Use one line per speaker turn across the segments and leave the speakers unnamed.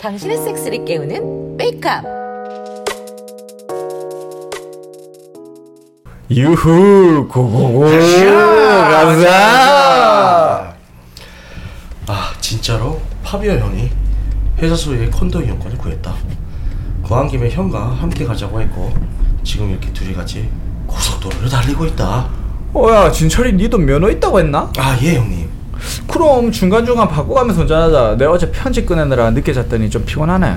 당신의 섹스를 깨우는 메이크업.
유후 고고고 감사.
아 진짜로 파비오 형이 회사 소유의 콘도 이용권을 구했다. 구한 김에 형과 함께 가자고 했고 지금 이렇게 둘이 같이 고속도로를 달리고 있다.
어야 진철이 니도 면허 있다고 했나?
아 예 형님.
그럼 중간중간 바꿔가면서 운전하자. 내가 어제 편지 꺼내느라 늦게 잤더니 좀 피곤하네.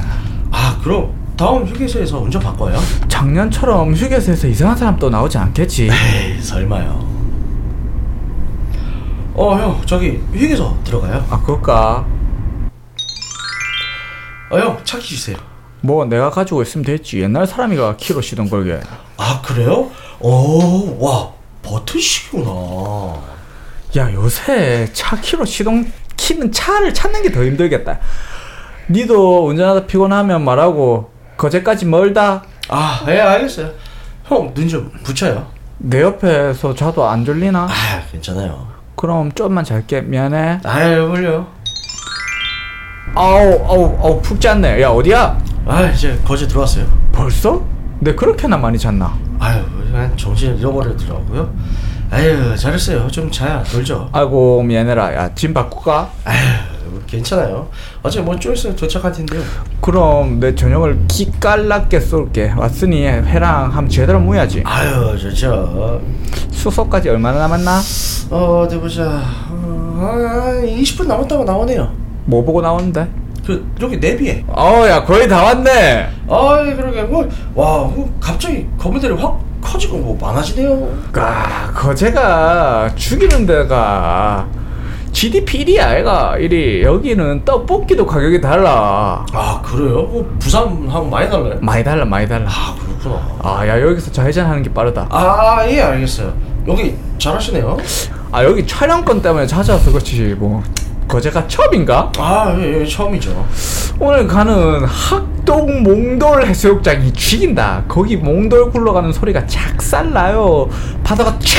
아 그럼 다음 휴게소에서 운전 바꿔요?
작년처럼 휴게소에서 이상한 사람 또 나오지 않겠지?
에이 설마요. 어 형 저기 휴게소 들어가요.
아 그럴까?
어 형 차키 주세요.
뭐 내가 가지고 있으면 됐지. 옛날 사람이가 키로 시던 걸게.
아 그래요? 어와 버튼식이구나.
야 요새 차 키로 시동 키는 차를 찾는 게 더 힘들겠다. 니도 운전하다 피곤하면 말하고 거제까지 멀다.
아, 예, 알겠어요. 형, 눈 좀 붙여요.
내 옆에서 자도 안 졸리나?
아, 괜찮아요.
그럼 좀만 잘게 미안해.
아유, 몰려.
아우 아우 아우 푹 잤네. 야 어디야?
아, 이제 거제 들어왔어요.
벌써? 내 그렇게나 많이 잤나?
아유, 그냥 정신을 잃어버리더라고요. 아유, 잘했어요. 좀 자야, 놀죠.
아이고 미안해라. 야짐 바꿀까?
아유, 괜찮아요. 어제 뭐좀 있으면 도착할 텐데요.
그럼 내 저녁을 기깔나게 쏠게. 왔으니 회랑 함 제대로 모야지.
아유, 좋죠.
수소까지 얼마나 남았나?
어, 어디 보자. 어, 한 20분 남았다고 나오네요.
뭐 보고 나오는데?
그, 여기 내비에.
어야 거의 다 왔네.
아이, 그러게. 뭐, 와, 뭐 갑자기 검은들이 확 커지고 뭐 많아지네요.
아, 거제가 죽이는 데가 GDP 1위야, 얘가 1위. 여기는 떡볶이도 가격이 달라.
아, 그래요? 뭐, 부산하고 많이 달라요?
많이 달라, 많이 달라.
아 그렇구나
아, 야, 여기서 좌회전하는 게 빠르다.
아 예 알겠어요 여기 잘하시네요
아, 여기 촬영권 때문에 찾아와서 그렇지, 뭐. 거제가 첩인가?
아예 예, 처음이죠
오늘 가는 학동 몽돌 해수욕장이 죽인다. 거기 몽돌 굴러가는 소리가 착살나요. 바다가 촥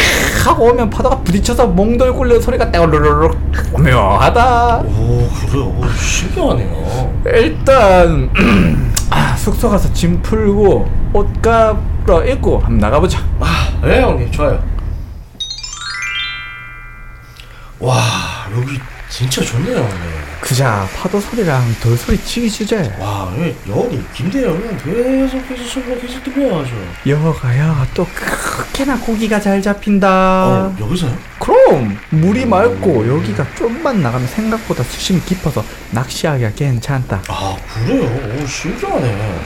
하고 오면 바다가 부딪혀서 몽돌 굴리는 소리가 떼어르르륵 오묘하다.
오 그래요 오, 신기하네요
일단 아, 숙소 가서 짐 풀고 옷 갈아 입고 한번 나가보자.
아예 형님 좋아요 와 여기 진짜 좋네요 형님
그자 파도 소리랑 돌 소리 치기 주제.
와 예, 여기 김대영은 계속 계속 소리가 계속 들려야죠
여가야 또 크게나 고기가 잘
어
잡힌다.
여기서요?
그럼 물이 맑고 여기가 좀만 나가면 생각보다 수심이 깊어서 낚시하기가 괜찮다.
아 그래요 오 신기하네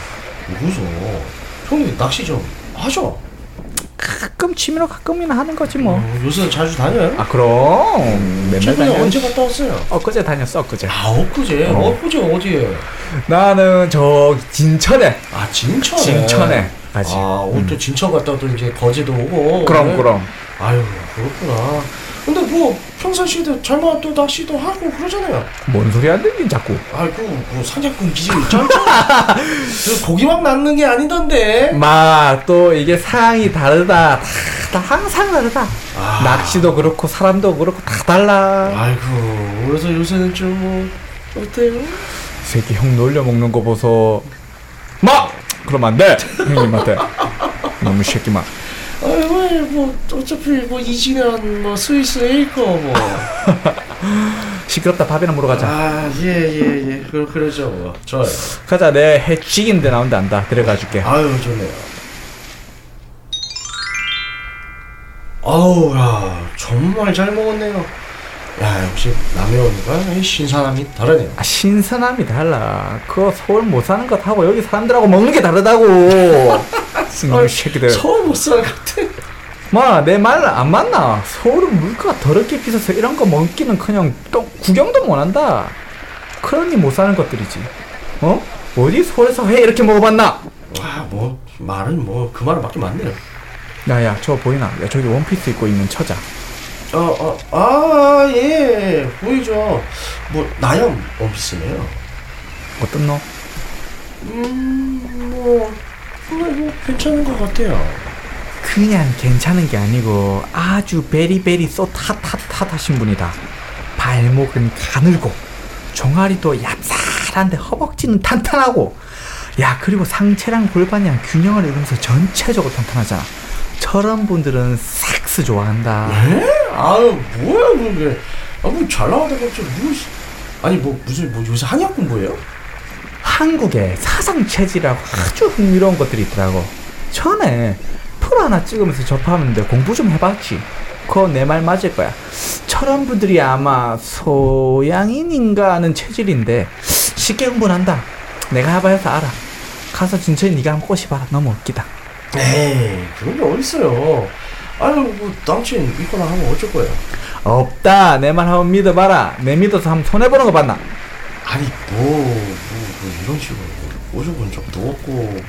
여기서 형님 낚시 좀 하죠?
가끔 취미로 가끔이나 하는 거지 뭐.
어, 요새 자주 다녀요?
아 그럼 맨날
최근에
다녀.
언제 갔다 왔어요?
뭐 엊그제 다녔어 엊그제.
아 엊그제
어.
어. 엊그제 어디에?
나는 저 진천에
아 진천에
진천에 가지.
아 옷도 진천 갔다 또 이제 거제도 오고 네?
그럼 그럼.
아유 그렇구나 근데 뭐 평상시에도 잘만 또 낚시도 하고 그러잖아요
뭔 소리 안 들린 자꾸.
아이고 뭐 상작품 기질 있잖아 그 고기 막 낳는 게 아니던데
마 또 이게 상황이 다르다. 다, 다 항상 다르다. 아. 낚시도 그렇고 사람도 그렇고 다 달라.
아, 아이고 그래서 요새는 좀뭐 어때요?
새끼 형 놀려 먹는 거 보소. 마 그럼 안 돼. 형님한테. 너무 새끼 마.
아이고 뭐 어차피 뭐 이지면 뭐 스위스에 있고 뭐아예예예
시끄럽다 밥이나 먹으러 가자.
예, 예. 그, 그러죠 뭐 좋아요
가자 내 해치긴데 나온다 안다. 데려가 줄게.
아유 좋네요. 아우 야 정말 잘 먹었네요. 야 역시 남해 오니까 이 신사함이 다르네요.
아, 신선함이 달라. 그거 서울 못 사는 것하고 여기 사람들하고 먹는 게 다르다고. 너무 새끼들.
서울 못 사는 것 같아.
마, 내 말 안 맞나? 서울은 물가가 더럽게 비싸서 이런 거 먹기는 그냥 또 구경도 못 한다. 그러니 못 사는 것들이지. 어? 어디 서울에서 회 이렇게 먹어봤나?
아, 와뭐 말은 뭐 그 말은 맞긴 맞네요.
야, 야, 저 보이나? 야, 저기 원피스 입고 있는 처자.
어, 아, 어어아예 보이죠. 뭐 나영 원피스네요.
어떤 너?
음, 음뭐 근데 뭐 괜찮은 것 같아요.
그냥 괜찮은 게 아니고 아주 베리베리 쏘타타타하신 분이다. 발목은 가늘고 종아리도 얍살한데 허벅지는 탄탄하고 야 그리고 상체랑 골반이랑 균형을 이루면서 전체적으로 탄탄하잖아 저런 분들은 섹스 좋아한다
에? 아유 뭐야 그게 아뭐잘 나오는 거죠 뭐 씨. 아니 뭐 무슨 뭐 요새 한약 공부예요?
한국에 사상 체질이라고 아주 흥미로운 것들이 있더라고. 전에 프로 하나 찍으면서 접하는데 공부 좀 해봤지. 그거 내 말 맞을 거야. 저런 분들이 아마 소양인인가 하는 체질인데 쉽게 흥분한다. 내가 해봐서 알아. 가서 진천히 네가 한번 꼬시봐라. 너무 웃기다.
에이 그런 게 어딨어요 아유 뭐 남친 있거나 하면 어쩔 거예요
없다. 내 말 한번 믿어봐라. 내 믿어서 한번 손해보는 거 봤나?
아니 뭐, 뭐, 뭐 이런 식으로 오죽은 적도 없고 뭐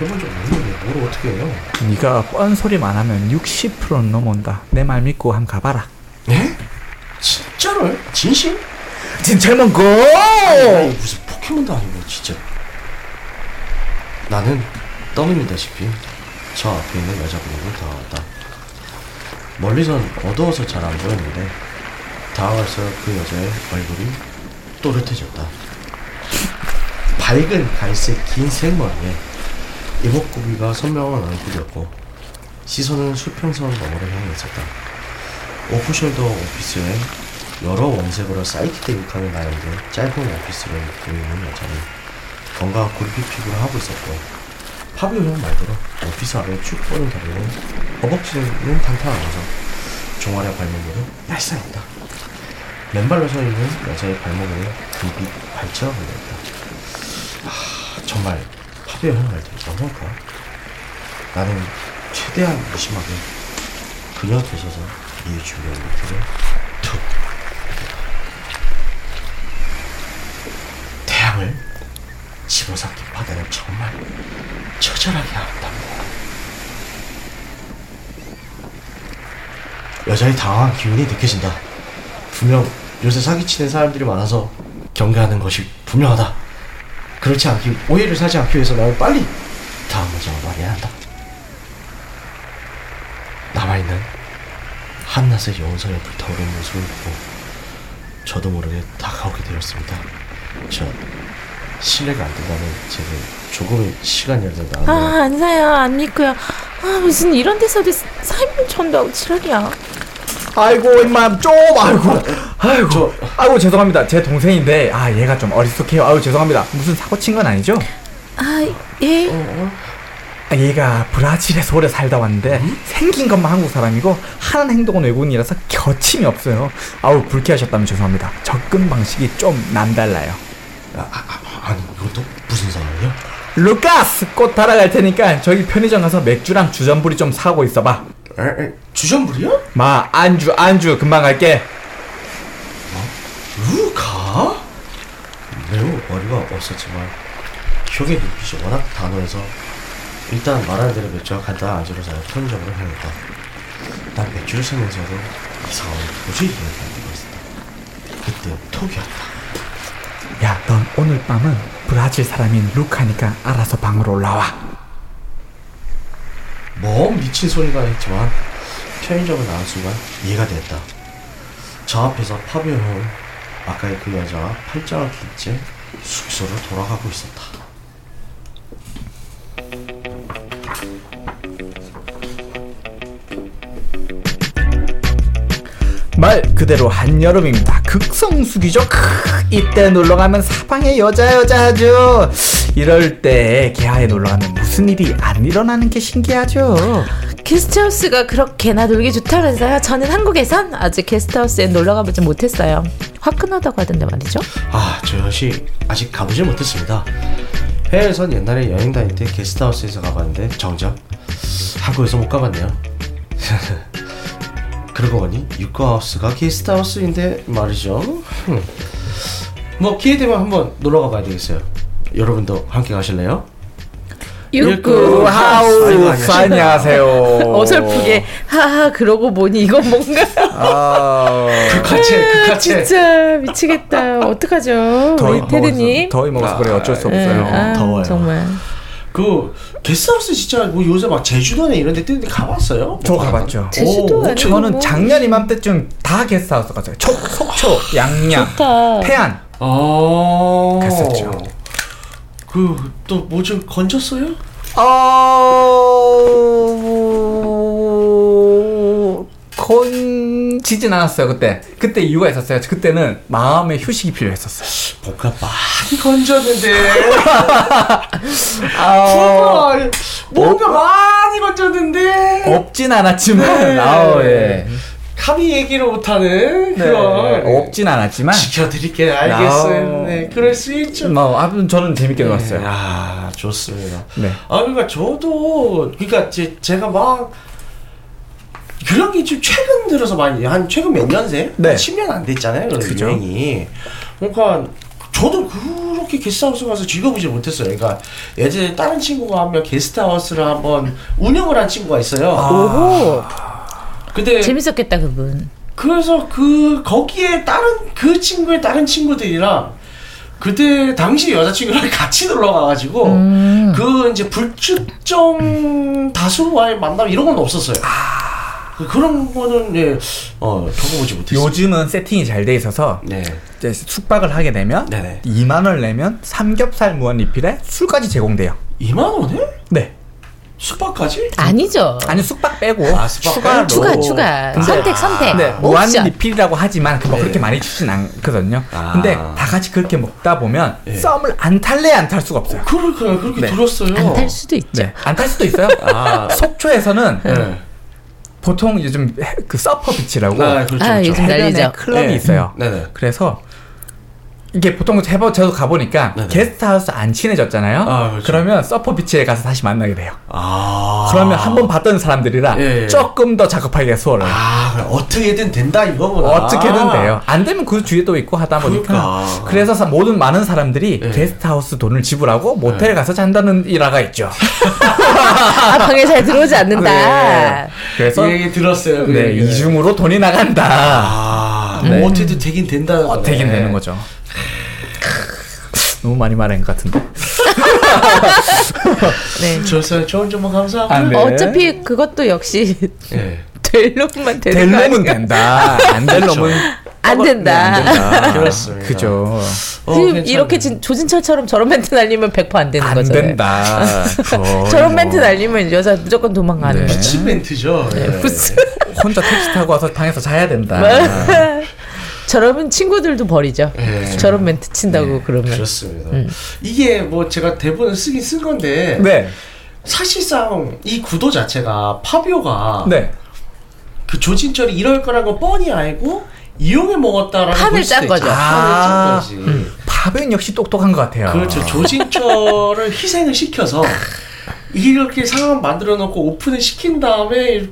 해본 적 없는데 뭘 어떻게 해요
네가 뻔 소리만 하면 60%는 넘어온다. 내 말 믿고 한번 가봐라.
네? 진짜로요? 진심?
진철문 고! 어.
아니, 무슨 포켓몬도 아니고 진짜 나는 떠넘이다시피 저 앞에 있는 여자분을 다가왔다 멀리선 어두워서 잘 안 보였는데 다가와서 그 여자의 얼굴이 또렷해졌다 밝은 갈색 긴 생머리에 이목구비가 선명한 얼굴이었고 시선은 수평선 너머를 향해 있었다 오프숄더 오피스에 여러 원색으로 사이트에 육하는 나인데 짧은 오피스를 보이는 여자는 뭔가 굴비 피부를 하고 있었고 파비오 형 말대로 오피스 아래 쭉 뻗은 다리는 허벅지는 탄탄하면서 종아리와 발목으로 날씬했다. 맨발로 서 있는 여자의 발목에는 굴비 발치가 걸려있다. 아, 정말 파비오 형 말대로 너무할까? 나는 최대한 무심하게 그녀 되셔서 이 준비한 것들을 툭 태양을 집어삼킨 바다는 정말 처절하게 아름답니다 여자의 당황한 기운이 느껴진다 분명 요새 사기치는 사람들이 많아서 경계하는 것이 분명하다 그렇지 않기 오해를 사지 않기 위해서 나는 빨리 다음 여자와 말해야 한다 남아있는 한낮의 영상에 불타오르는 모습을 보고 저도 모르게 다가오게 되었습니다. 저 실례가 안 된다는 제가 조금의 시간이 안 된다.
아, 안사야, 안미쿠야. 아, 무슨 이런 데서도 사이버 전도하고 지랄이야.
아이고 임마 좀 아이고 아이고
저-
아이고 죄송합니다 제 동생인데 아 얘가 좀 어리숙해요 아이고 죄송합니다 무슨 사고 친 건 아니죠?
아, 예.
아, 얘가 브라질에서 오래 살다 왔는데 생긴 것만 한국 사람이고 하는 행동은 외국인이라서 겨침이 없어요 아우 불쾌하셨다면 죄송합니다 접근 방식이 좀 남달라요
아, 아, 아, 아니 이건 또 무슨 상황이야?
루카스 꽃 타러 갈 테니까 저기 편의점 가서 맥주랑 주전부리 좀 사고 있어봐
에, 에, 주전부리야?
마 안주 안주 금방 갈게
루카? 매우 어리가 없었지만 혁의 눈빛이 워낙 단호해서 일단 말하는 대로 맥주와 간단한 안주를 사서 편의점으로 향했다. 난 맥주를 쓰면서도 이 상황을 도저히 이해가 안 되고 있었다. 그때 톡이 왔다.
야 넌 오늘 밤은 브라질 사람인 루카니까 알아서 방으로 올라와
멍 미친 소리가 했지만 편의점을 나온 순간 이해가 됐다. 저 앞에서 파비오 형은 아까의 그 여자와 팔짱을 낀 채 숙소로 돌아가고 있었다.
말 그대로 한여름입니다. 극성수기죠. 크, 이때 놀러가면 사방에 여자 여자죠. 이럴 때 개하에 놀러가면 무슨 일이 안 일어나는 게 신기하죠.
게스트하우스가 그렇게나 놀기 좋다면서요. 저는 한국에선 아직 게스트하우스에 놀러 가보지 못했어요. 화끈하다고 하던데 말이죠.
아, 저 역시 아직 가보지 못했습니다. 해외에선 옛날에 여행 다닐 때 게스트하우스에서 가봤는데 정작 한국에서 못 가봤네요. 그러고 보니 육가하우스가 게스트하우스인데 말이죠. 흠. 뭐 기회 되면 한번 놀러 가봐야 되겠어요. 여러분도 함께 가실래요? 육구 하우스.
안녕하세요.
어설프게 하하 아, 그러고 보니 이건 뭔가
아,
극하체, 극하체.
네, 진짜 미치겠다. 어떡하죠? 우리
더위 먹어서
테드님.
더위 먹어서 그래 어쩔 수
예,
없어요.
아,
더워요.
정말.
그 게스트하우스 진짜 뭐 요새 막 제주도나 이런 데 뜨는데 가봤어요?
저 가봤죠.
제주도
오,
아니고
저는
뭐.
작년 이맘때쯤 다 게스트하우스 갔어요. 척, 속초, 양양,
좋다.
태안.
아
갔었죠.
그또 뭐 좀 건졌어요?
어... 건지진 않았어요 그때. 그때 이유가 있었어요. 그때는 마음의 휴식이 필요했었어요.
뭔가 많이 아, 건졌는데
아, 어?
정말 뭔가 많이 건졌는데
없진 않았지만,
네.
아우, 예.
감히 얘기를 못하는
네.
그런
없진 않았지만,
지켜드릴게 알겠어요.
아우.
네, 그럴 수 있죠.
뭐, 아무튼 저는 재밌게
네,
놀았어요.
아 좋습니다.
네.
아 그러니까 저도 그러니까 제, 제가 막 그런 게 지금 최근 들어서 많이 한 최근 몇 년생?
네.
한 10년 안 됐잖아요. 그런
그죠.
유행이. 그러니까 저도 그렇게 게스트하우스 가서 즐겨보지 못했어요. 그러니까 예전에 다른 친구가 한 명 게스트하우스를 한번 운영을 한 친구가 있어요.
아.
오호.
근데
재밌었겠다 그분.
그래서 그 거기에 다른 그 친구의 다른 친구들이랑 그때 당시 여자친구랑 같이 놀러 가가지고
음.
그 이제 불특정 다수와의 만남 이런 건 없었어요.
아.
그- 그런 거는 예, 어 겪어보지 못했어요.
요즘은 세팅이 잘 돼 있어서,
네,
이제 숙박을 하게 되면,
네네.
2만원 내면 삼겹살 무한 리필에 술까지 제공돼요.
2만 원에
네.
숙박까지?
아니죠.
아니, 숙박 빼고,
아, 숙박
추가로.
빼고.
추가 추가
근데-
선택 선택
네, 무한
옵션.
리필이라고 하지만 그뭐
어, 네.
그렇게 많이 주진 않거든요.
아.
근데 다 같이 그렇게 먹다 보면
예.
썸을 안 탈래 안 탈 수가 없어요.
그러니까 그렇게
네.
들었어요.
안 탈 수도 있죠.
네, 안 탈 수도 있어요.
아,
속초에서는
네.
보통 요즘 해- 그 서퍼 비치라고
아, 그렇죠.
음. 아,
그렇죠.
요새-
해변에
난리죠.
클럽이
네.
있어요.
네네.
그래서 이게 보통 해보 저도 가보니까
네네.
게스트하우스 안 친해졌잖아요.
아, 그렇죠.
그러면 서퍼 비치에 가서 다시 만나게 돼요.
아.
그러면 한 번 봤던 사람들이라
예, 예.
조금 더 작업하기가 수월해요.
아, 그럼 어떻게든 된다 이거구나.
어떻게든 돼요. 안 되면 그 주위에 또 있고 하다 보니까.
아. 그러니까.
그래서 모든 많은 사람들이
네.
게스트하우스 돈을 지불하고 모텔에
네.
가서 잔다는 일화가 있죠.
아 방에 잘 들어오지 않는다.
네. 그래서
예, 예, 들었어요. 그
네,
얘기를.
이중으로 돈이 나간다.
아, 네.
네.
뭐 어쨌든 되긴 된다.
어, 되긴 되는 거죠. 너무 많이 말한 것 같은데.
네.
좋았어요. 좋은 정보 뭐 감사합니다.
아, 네.
어차피 그것도 역시
예.
네. 될 놈만 되는
될
거
놈은
아니에요?
된다. 안 될
그렇죠. 아,
놈은
안 된다.
네, 안 된다.
그렇습니다.
그죠.
어,
지금
괜찮네.
이렇게 진, 조진철처럼 저런 멘트 날리면 100%안 되는
안
거잖아요.
된다. 그거
저런
뭐
멘트 날리면 여자 무조건 도망가는
네.
거죠.
미친 멘트죠. 예.
무슨-
혼자 택시 타고 와서 방에서 자야 된다.
네. 저러면 친구들도 버리죠.
네.
예.
저런 멘트 친다고 그러면.
그렇습니다. 이게 뭐 제가 대본을 쓰긴 쓴 건데
네.
사실상 이 구도 자체가 파비오가
네.
그 조진철이 이럴 거란 거 뻔히 알고 이용해 먹었다라는
판을
볼 수도
짠 거죠.
있죠.
아.
판을 짠 거지.
파벤 역시 똑똑한 것 같아요.
그렇죠. 조진철을 희생을 시켜서 이렇게 상황 만들어 놓고 오픈을 시킨 다음에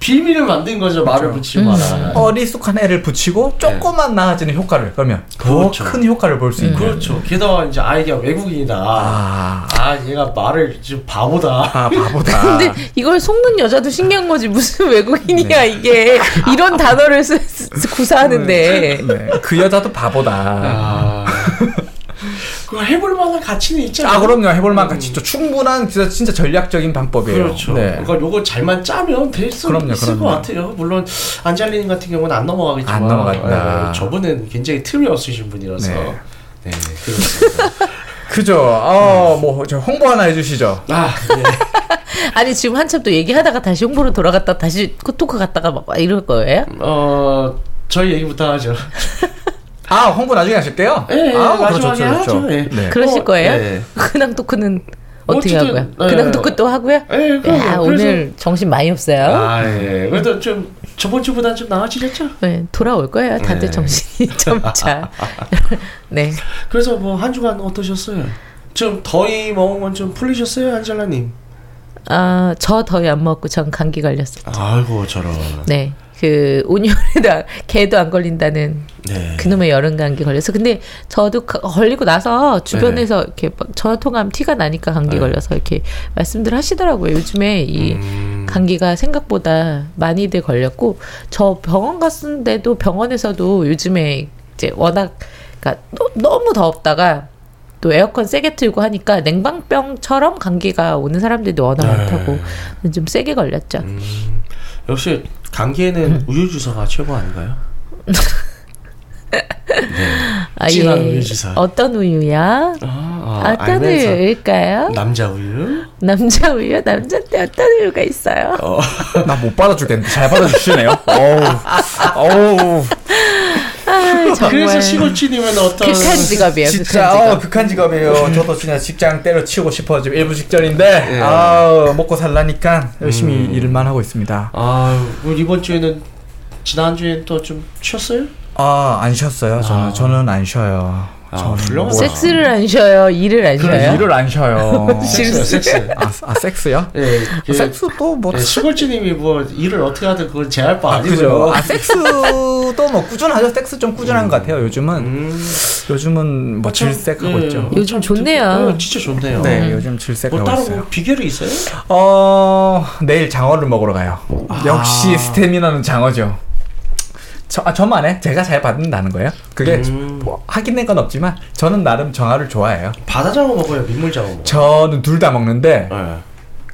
빌미를 만든 거죠. 말을
그렇죠.
붙이고
음.
말아.
어리숙한 애를 붙이고 조금만 나아지는 효과를 그러면 더
네. 그렇죠.
큰 효과를 볼 수 있는
그렇죠. 게다가 이제 아이디가 외국인이다. 아,
아,
얘가 말을 좀 바보다.
아 바보다
근데 이걸 속는 여자도 신기한 거지 무슨 외국인이야
네.
이게 이런 단어를 쓰, 쓰- 구사하는데
네, 그 여자도 바보다 아,
아. 그거 해볼 만한 가치는 있잖아.
그럼요 해볼만 같이 또 충분한 진짜, 진짜 전략적인 방법이에요
음. 그렇죠.
네.
그러니까 요거 잘만 짜면 될수
그럼요,
있을
그럼요.
것 같아요. 물론 안젤린 같은 경우는 안 넘어가겠지만
안 넘어간다.
예, 저분은 굉장히 틈이 없으신 분이라서
네.
네, 그렇습니다.
그죠
음.
어뭐저 홍보 하나 해주시죠
아, 네.
아니 지금 한참 또 얘기하다가 다시 홍보로 돌아갔다 다시 그 토크 갔다가 막 이럴 거예요?
어 저희 얘기부터 하죠.
아 홍보 나중에 하실게요
예, 예,
아우, 그렇죠,
마지막에 하죠. 예.
네.
그러실
어,
거예요?
네.
근황 토크는 어떻게
어쨌든,
하고요?
네.
근황 토크 또 하고요?
예, 그럼요.
야, 오늘 정신 많이 없어요.
아 예. 그래도 좀 저번 주보다 좀 나아지셨죠?
네, 돌아올 거예요. 다들
네.
정신이 점차. 네.
그래서 뭐 한 주간 어떠셨어요? 좀 더위 먹은 건 좀 풀리셨어요, 안젤라님?
아, 저 더위 안 먹고 전 감기 걸렸어요.
아이고 저런.
네. 그 온열에다 개도 안 걸린다는
네.
그놈의 여름 감기 걸려서 근데 저도 그- 걸리고 나서 주변에서 이렇게 막 전화 통화하면 티가 나니까 감기
네.
걸려서 이렇게 말씀들 하시더라고요. 요즘에 이
음.
감기가 생각보다 많이들 걸렸고 저 병원 갔는데도 병원에서도 요즘에 이제 워낙 그러니까 너, 너무 더웠다가 또 에어컨 세게 틀고 하니까 냉방병처럼 감기가 오는 사람들도 워낙
네.
많다고 좀 세게 걸렸죠.
음, 역시 감기에는 우유 주사가 최고 아닌가요?
아,
진한 우유 주사.
어떤 우유야?
아, 아,
어떤
알면서
우유일까요?
남자 우유?
남자 우유? 남자한테 어떤 우유가 있어요?
어,
나 못 받아주겠는데 잘 받아주시네요. 어우, 어우,
아, 정말.
그래서 시골집이면 어떤
극한 직업이에요.
진짜
극한 직업. 음.
어, 극한 직업이에요. 저도 진짜 직장 때려치우고 싶어 지금 일부 직전인데
예.
아우, 먹고 살라니까 열심히
음.
일만 하고 있습니다.
아, 우리 이번 주에는 지난 주에 또 좀 쉬었어요?
네.
아, 안 쉬었어요. 저는
아.
저는 안 쉬어요.
아,
뭐-
훌륭하다.
섹스를 안 쉬어요. 일을 안
그래
쉬어요.
일을 안 쉬어요.
섹스, 섹스.
아, 아 섹스요?
예, 그,
섹스도 뭐
예, 시골집님이 뭐 일을 어떻게 하든 그건 제할 바
아,
아니고요.
그죠. 아, 섹스도 뭐 꾸준하죠. 섹스 좀 꾸준한 것 같아요. 요즘은
음,
요즘은 뭐 질색하고
예,
있죠.
예.
요즘 좋네요.
어, 진짜 좋네요.
네, 요즘 질색하고
뭐 따로
있어요.
뭐 비결이 있어요?
어, 내일 장어를 먹으러 가요. 역시
아.
스테미나는 장어죠. 저, 아, 저만 해. 제가 잘 받는다는 거예요. 그게
음.
뭐 확인된 건 없지만 저는 나름 장어를 좋아해요.
바다장어 먹어요, 민물장어 먹어요.
저는 둘 다 먹는데
예.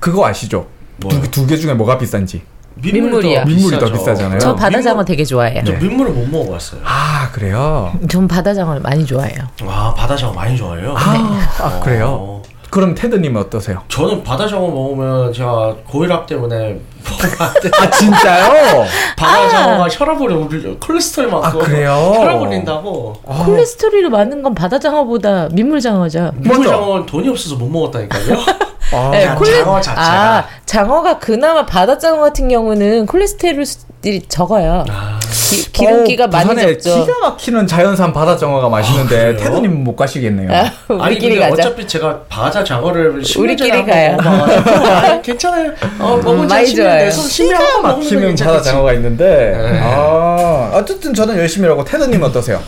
그거 아시죠?
뭐요?
두 개 중에 뭐가 비싼지.
민물이야.
더
민물이 더
비싸죠.
비싸잖아요.
저
민물-
바다장어 되게 좋아해요.
저 민물을 못 먹어봤어요.
아, 그래요?
전 바다장어를 많이 좋아해요.
아 바다장어 많이 좋아해요.
네.
아, 아
어.
그래요? 그럼 테드님은 어떠세요?
저는 바다장어 먹으면 제가 고혈압 때문에 먹으면 안 돼.
아, 진짜요?
아.
바다장어가 혈압을 올려 콜레스테롤 많고
아, 그래요? 아,
혈압 올린다고.
콜레스테롤이 많은 건 바다장어보다 민물장어죠.
민물장어는 돈이 없어서 못 먹었다니까요.
아,
네,
그냥
콜레-
장어 자체가.
아, 장어가 그나마 바다장어 같은 경우는 콜레스테롤이 적어요.
아,
기, 기름기가
어,
많이
부산에
적죠.
기가 막히는 자연산 바다정어가 맛있는데
그래요?
테드님은 못 가시겠네요.
아,
아니
우리끼리
근데
가자.
어차피 제가 바다장어를 10년 전에
우리끼리
한번
가요. 음,
먹어봐가지고 아, 괜찮아요. 어, 먹은 지
많이
10년
좋아요.
돼서 10년 한번 먹으면
막히는
괜찮겠지.
바다장어가 있는데
네.
아, 어쨌든 저는 열심히 하고 테드님 어떠세요?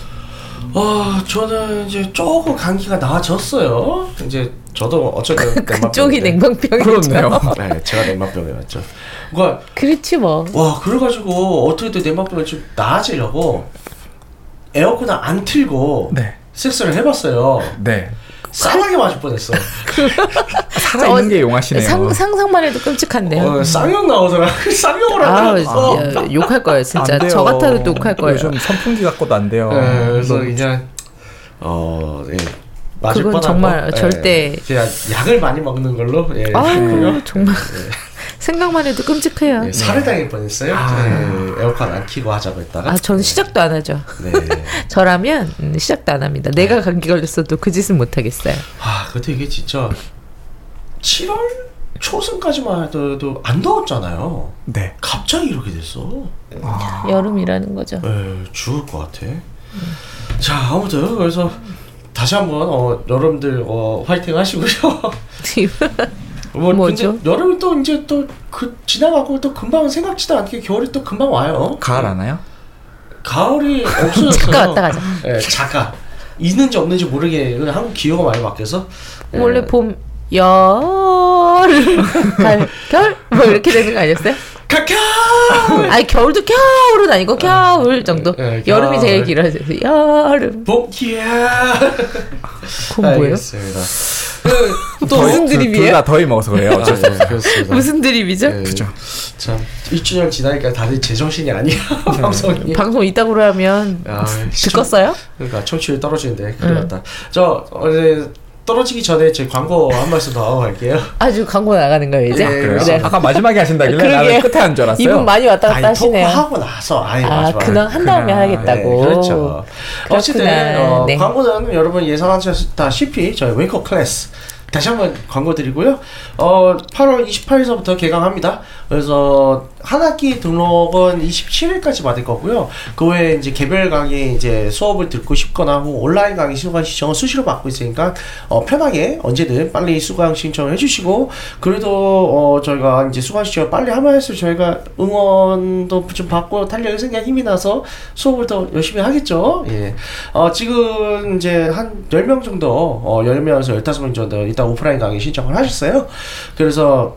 아 저는 이제 조금 감기가 나아졌어요. 이제 저도 어쨌든
그쪽이
냉방병인데.
냉방병이죠.
네, 제가 냉방병이 맞죠. 그러니까
그렇지 뭐.
와 그래가지고 어떻게든 냉방병을 좀 나아지려고 에어컨을 안 틀고
네.
섹스를 해봤어요.
네.
싸하게 맞을 뻔했어.
살아있는
어,
게 용하시네요.
상, 상상만 해도 끔찍한데요.
어, 쌍욕 나오더라. 쌍욕을
네. 아,
하더라고.
야, 욕할 거예요, 진짜.
안 돼요.
저 같아도 또 욕할 거예요. 네,
요즘 선풍기 갖고도 안 돼요. 네.
예, 그래서 그냥 어 예. 맞을 뻔한
그건 정말
거.
절대-
예, 그냥 약을 많이 먹는 걸로 예, 했고요.
아유, 정말.
네.
생각만 해도 끔찍해요.
예, 살을 당일 뻔했어요. 예, 에어컨 안 켜고 하자고 했다가
아, 전 시작도 안 하죠.
네.
저라면 음, 시작도 안 합니다. 내가 감기 걸렸어도 그 짓은 못 하겠어요.
아 그때 이게 진짜 7월 초순까지만 해도 안 더웠잖아요.
네.
갑자기 이렇게 됐어. 아.
여름이라는 거죠.
에 죽을 것 같아. 자 아무튼 그래서 다시 한번 어, 여러분들 어, 화이팅 하시고요. 뭐
뭐죠?
근데 여름이 또 이제 또 그 지나가고 또 금방 생각지도 않게 겨울이 또 금방 와요.
가을 안 와요?
가을이 없어졌어요.
잠깐 왔다 가자.
예, 잠깐 있는지 없는지 모르게 그냥 한국 기후가 많이 바뀌어서 예,
원래 봄, 여름, 가을, 겨울 뭐 이렇게 되는 거 아니었어요?
카카
아니 겨울도 겨울은 아니고 겨울 정도.
예, 겨울.
여름이 제일 길어져. 여름.
복귀야.
그건 뭐예요?
알겠습니다. 그, 또
무슨 드립이에요?
둘다 더위 먹어서 그래요.
아,
어쩔 수
예, 그렇습니다.
무슨 네. 드립이죠?
예, 참 1주년 지나니까 다들 제정신이 아니야 방송이.
방송 이따구로 하면
네. 아,
예. 그 듣겠어요? 네.
그러니까 청취율 떨어지는데 큰일 났다. 저 어제 네, 떨어지기 전에 제 광고 한 말씀 더 하고 갈게요.
아주 광고 나가는 거예요 이제.
예,
그래요?
네.
아까 마지막에 하신다길래 나는
그러게요.
끝에 한 줄 알았어요.
이분 많이 왔다
아,
갔다
아니
하시네요.
토크하고 나서 아니
아,
마지막에.
근황 한 다음에
그냥,
하겠다고.
네, 그렇죠. 어쨌든
그렇구나.
어,
네.
광고는 여러분 예상하셨다시피 저희 웨이커 클래스 다시 한번 광고 드리고요. 어, 8월 28일서부터 개강합니다. 그래서 한 학기 등록은 27일까지 받을 거고요. 그 외에 이제 개별 강의 이제 수업을 듣고 싶거나 혹은 온라인 강의 수강 신청은 수시로 받고 있으니까 어, 편하게 언제든 빨리 수강 신청을 해주시고 그래도 어, 저희가 이제 수강 신청을 빨리 하면 할수록 저희가 응원도 좀 받고 탄력이 생겨 힘이 나서 수업을 더 열심히 하겠죠. 예. 어, 지금 이제 한 10명 정도, 어, 10명에서 15명 정도 일단 오프라인 강의 신청을 하셨어요. 그래서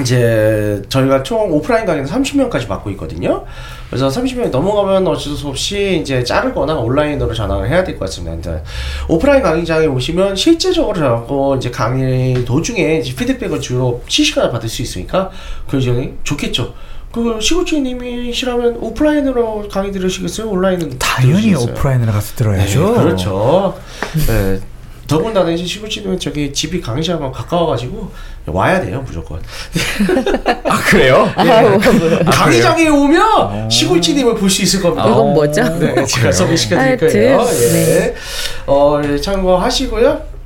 이제 저희가 총 오프라인 강의는 30명까지 맡고 있거든요. 그래서 30명이 넘어가면 어쩔 수 없이 이제 자르거나 온라인으로 전환을 해야 될 것 같습니다. 근데 오프라인 강의장에 오시면 실제적으로 저하고 이제 강의 도중에 이제 피드백을 주로 실시간으로 받을 수 있으니까 굉장히 좋겠죠. 그 시구치님이시라면 오프라인으로 강의 들으시겠어요? 온라인으로
당연히
들으시겠어요?
오프라인으로 가서
네,
들어야죠.
그렇죠. 네. 더군다나 이제 시구치는 저기 집이 강의장만 가까워가지고 와야 돼요 무조건.
아 그래요?
뭐,
어.
아우,
강의장에 오면 시골지님을 볼 수 있을 겁니다.
아, 이건 뭐죠?
네, 제가
그래요?
소개시켜드릴 거예요.
하여튼,
예.
네.
어, 예, 참고하시고요.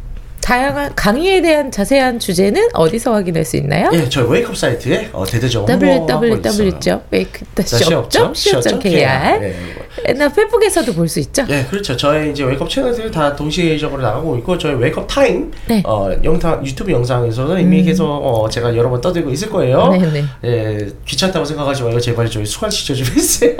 다양한 강의에 대한 자세한 주제는 어디서 확인할 수 있나요?
예, 저희 웨이크업 사이트에 어, 대대적으로
www.wake-up.co.kr 네. 나 페북에서도 볼 수 있죠?
네. 예, 그렇죠. 저희 이제 웨이크업 채널들은 다 동시적으로 나가고 있고 저희 웨이크업 타임
네. 음.
어, 영상 유튜브 영상에서는 이미 계속 어, 제가 여러 번 떠들고 있을 거예요.
네네.
예, 귀찮다고 생각하지 말고 제발 저희 수강시켜 좀 해주세요.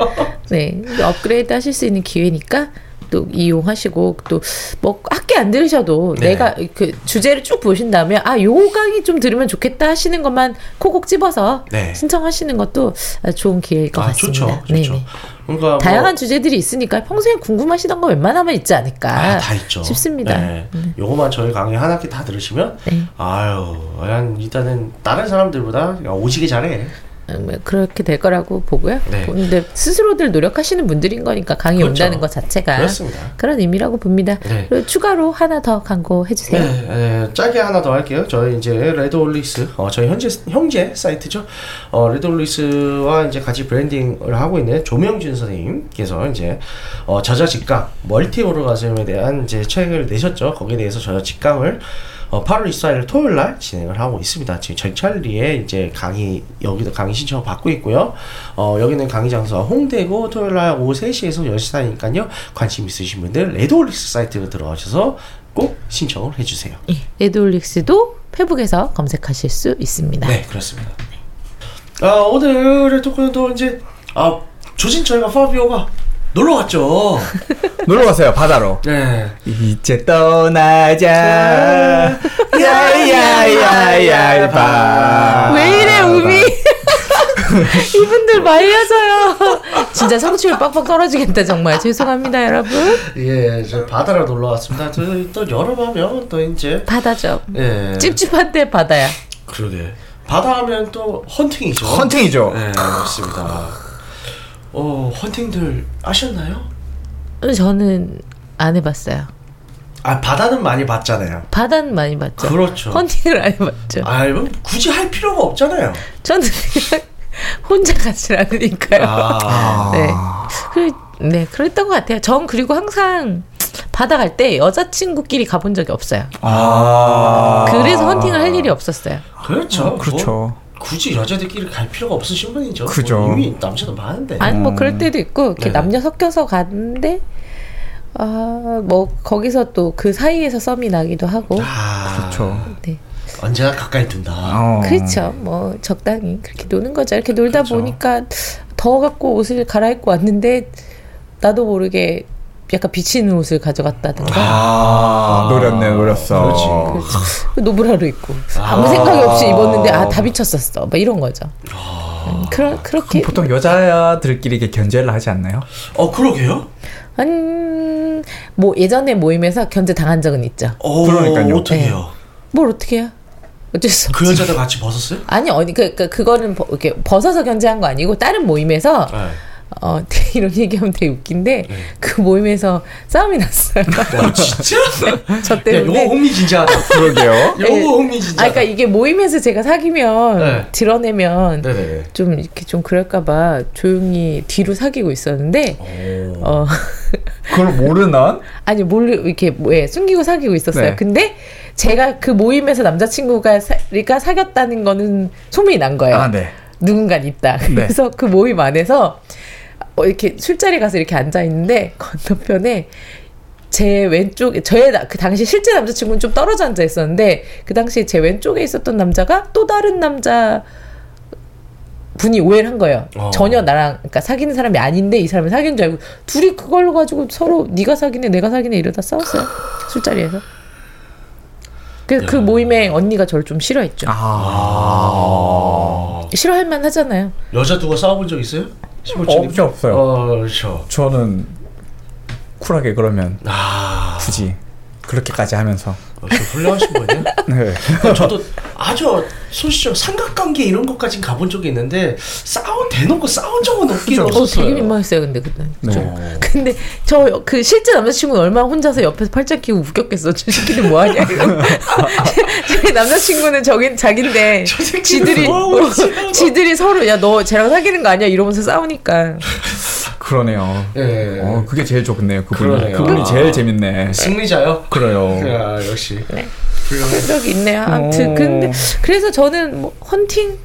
네. 업그레이드 하실 수 있는 기회니까 또 이용하시고 또 뭐 학기 안 들으셔도
네.
내가 그 주제를 쭉 보신 다음에 아 요 강의 좀 들으면 좋겠다 하시는 것만 코콕 집어서
네.
신청하시는 것도 아, 좋은 기회일 것
아,
같습니다.
좋죠, 좋죠.
네네.
그러니까 뭐-
다양한 주제들이 있으니까 평소에 궁금하시던 거 웬만하면 있지 않을까
아, 다 있죠.
싶습니다. 음.
네. 요거만 저희 강의 한 학기 다 들으시면,
네.
아유, 그냥 일단은 다른 사람들보다 그냥 오지게 잘해.
음, 그렇게 될 거라고 보고요. 뭐
네.
근데 스스로들 노력하시는 분들인 거니까 강의
그렇죠.
온다는 것 자체가
그렇습니다.
런 의미라고 봅니다.
네.
그리고 추가로 하나 더 광고해
네,
주세요.
네, 짧게 하나 더 할게요. 저희 이제 레드올릭스, 어, 저희 현재 형제 사이트죠. 어, 레드올릭스와 이제 같이 브랜딩을 하고 있는 조명준 선생님께서 이제 어, 저자 직강 멀티 오르가즘에 대한 이제 책을 내셨죠. 거기에 대해서 저자 직강을 어, 8월 24일 토요일 날 진행을 하고 있습니다. 지금 정찰리에 이제 강의 여기도 강의 신청 받고 있고요. 어, 여기는 강의 장소가 홍대고 토요일 날 오후 3시에서 10시 사이니까요. 관심 있으신 분들 레드올릭스 사이트로 들어가셔서 꼭 신청을 해주세요.
예, 에드올릭스도 페북에서 검색하실 수 있습니다.
네, 그렇습니다. 아, 오늘의 토크는 또 이제 아 조진 저희가 파비오가 놀러 갔죠.
놀러 가세요 바다로.
네.
이제
아.
떠나자. 야야야야 아. 바.
아. 왜
아,
이래 우미? 이분들 말려져요. 진짜 성취율 빡빡 떨어지겠다 정말 죄송합니다 여러분.
예, 저 바다로 놀러 왔습니다. 또, 또 여름하면 또 이제
바다죠.
예.
찝찝한데 바다야.
그러게. 바다하면 또 헌팅이죠.
헌팅이죠.
네, 그렇습니다. 어, 헌팅들 아셨나요?
저는 안 해봤어요.
아, 바다는 많이 봤잖아요.
바다는 많이 봤죠.
그렇죠.
헌팅을 안 해봤죠.
아, 이건 굳이 할 필요가 없잖아요.
저는 그냥 혼자 가지 않으니까요.
아.
네. 그, 네, 그랬던 것 같아요. 전 그리고 항상 바다 갈 때 여자친구끼리 가본 적이 없어요.
아.
그래서 헌팅을 할 일이 없었어요.
그렇죠. 뭐
그렇죠.
굳이 여자들끼리 갈 필요가 없으신 분이죠.
그죠.
뭐 이미 남자도 많은데.
아니, 뭐 그럴 때도 있고,
음.
이렇게
네네.
남녀 섞여서 갔는데, 아, 뭐, 거기서 또 그 사이에서 썸이 나기도 하고,
아,
그렇죠.
네.
언제나 가까이 둔다.
어.
그렇죠. 뭐, 적당히 그렇게 노는 거죠. 이렇게 놀다
그렇죠.
보니까 더워갖고 옷을 갈아입고 왔는데, 나도 모르게 약간 비치는 옷을 가져갔다든가,
아, 노렸네, 노렸어.
그렇지.
노브라로 입고 아무
아.
생각이 없이 입었는데 아 다 비쳤었어 막 이런 거죠. 음, 그러, 그렇게
아, 보통 여자들끼리 이렇게 견제를 하지 않나요?
어, 그러게요?
한뭐 예전에 모임에서 견제 당한 적은 있죠.
어,
그러니까요.
어떻게요?
뭘 어떻게 해요? 어쩔 수 없지.
그 여자도 같이 벗었어요?
아니 어니 그그 그거는 버, 이렇게 벗어서 견제한 거 아니고 다른 모임에서
네.
어 되게 이런 얘기하면 되게 웃긴데 그 모임에서 싸움이 났어요.
어, 진짜?
네. 저
야, 이거
때문에. 아,
흥미진진하다.
그러게요.
이거
예.
흥미진진하다.
아 그러니까 이게 모임에서 제가 사귀면
네.
드러내면
네네네.
좀 이렇게 좀 그럴까봐 조용히 뒤로 사귀고 있었는데
오.
어.
그걸 모르는?
아니 몰래 이렇게 뭐, 예, 숨기고 사귀고 있었어요.
네.
근데 제가 그 모임에서 남자친구가 사, 그러니까 사귀었다는 거는 소문이 난 거예요.
아, 네.
누군가 있다. 그래서 그 모임 안에서 어, 이렇게 술자리 가서 이렇게 앉아 있는데 건너편에 제 왼쪽에 저의 나- 그 당시 실제 남자친구는 좀 떨어져 앉아 있었는데 그 당시 제 왼쪽에 있었던 남자가 또 다른 남자 분이 오해를 한 거예요.
어.
전혀 나랑 그러니까 사귀는 사람이 아닌데 이 사람을 사귄 줄 알고 둘이 그걸로 가지고 서로 네가 사귀네 내가 사귀네 이러다 싸웠어요 술자리에서. 그 그그 모임에 언니가 저를 좀 싫어했죠.
아.
아.
싫어할 만 하잖아요.
여자 두고 싸워본 적 있어요? 시골집
없죠 없어요.
어, 그렇죠.
저는 쿨하게 그러면
아,
굳이 그렇게까지 하면서
어, 좀 훌륭하신 분이네.
네.
그러니까 저도 아주 솔직히 삼각관계 이런 것까진 가본 적이 있는데 싸운 대놓고 싸운 적은 없긴
그죠.
어,
없었어요.
되게 민망했어요, 근데 그날.
네.
좀. 근데 저 그 실제 남자친구 는 얼마나 혼자서 옆에서 팔짱 끼고 웃겼겠어. 저 새끼들 뭐하냐 이러고. 저희 남자친구는 저긴 자긴데
저 새끼들
지들이
뭐하고
어,
있지?
지들이 서로 야 너 쟤랑 사귀는 거 아니야 이러면서 싸우니까.
그러네요.
예.
어 그게 제일 좋겠네요. 그분이
그러네요.
그분이
아. 예.
제일 재밌네.
승리자요.
그래요.
야, 역시
네.
훌륭해.
적이 있네요. 아무튼
어.
근데 그래서 저는 뭐 헌팅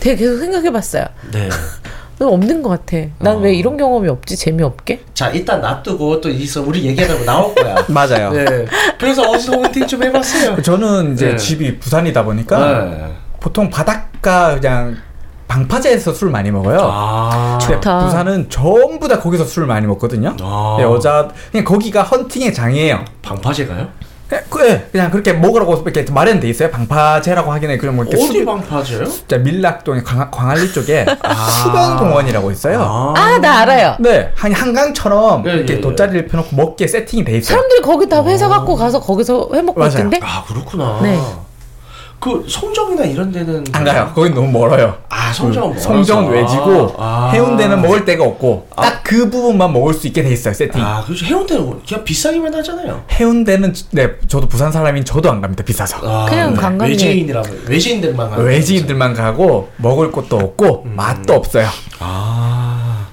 되게 계속 생각해봤어요.
네.
너 없는 것 같아. 난
어.
왜 이런 경험이 없지? 재미없게?
자, 일단 놔두고 또 있어 우리 얘기하다고 나올 거야.
맞아요.
네. 그래서 어디서 헌팅 좀 해봤어요.
그 저는 이제
네.
집이 부산이다 보니까
네.
보통 바닷가 그냥 방파제에서 술 많이 먹어요.
아.
좋다.
근데 부산은 전부 다 거기서 술 많이 먹거든요. 예,
아.
여자 그냥 거기가 헌팅의 장이에요.
방파제가요?
예, 그- 예, 그냥 그렇게 먹으라고 이렇게 마련돼 있어요. 방파제라고 하긴 해. 그냥 뭐 이렇게
어디
수변-
방파제요? 아.
진짜 밀락동 광, 광안리 쪽에 수변공원이라고 있어요.
아 나 알아요.
네, 한 한강처럼
예,
이렇게
예, 예.
돗자리를 펴놓고 먹기에 세팅이 돼 있어요.
사람들이 거기 다 회사 갖고 가서 거기서 해먹고
맞아요.
있던데?
아 그렇구나.
네.
그 송정이나 이런 데는
안 가요. 거긴 너무 멀어요.
아 송정은 멀어서.
그 성정 외지고
아.
해운대는 먹을 데가 없고
아.
딱 그 부분만 먹을 수 있게 돼 있어요 세팅.
아 그렇죠. 해운대는 그냥 비싸기만 하잖아요.
해운대는 지- 네 저도 부산 사람인 저도 안 갑니다 비싸서
아,
그냥 관광객.
외지인이라면 외지인들만 가는.
외지인들만
그렇죠.
가고 먹을 곳도 없고
음.
맛도 없어요.
거죠. 아.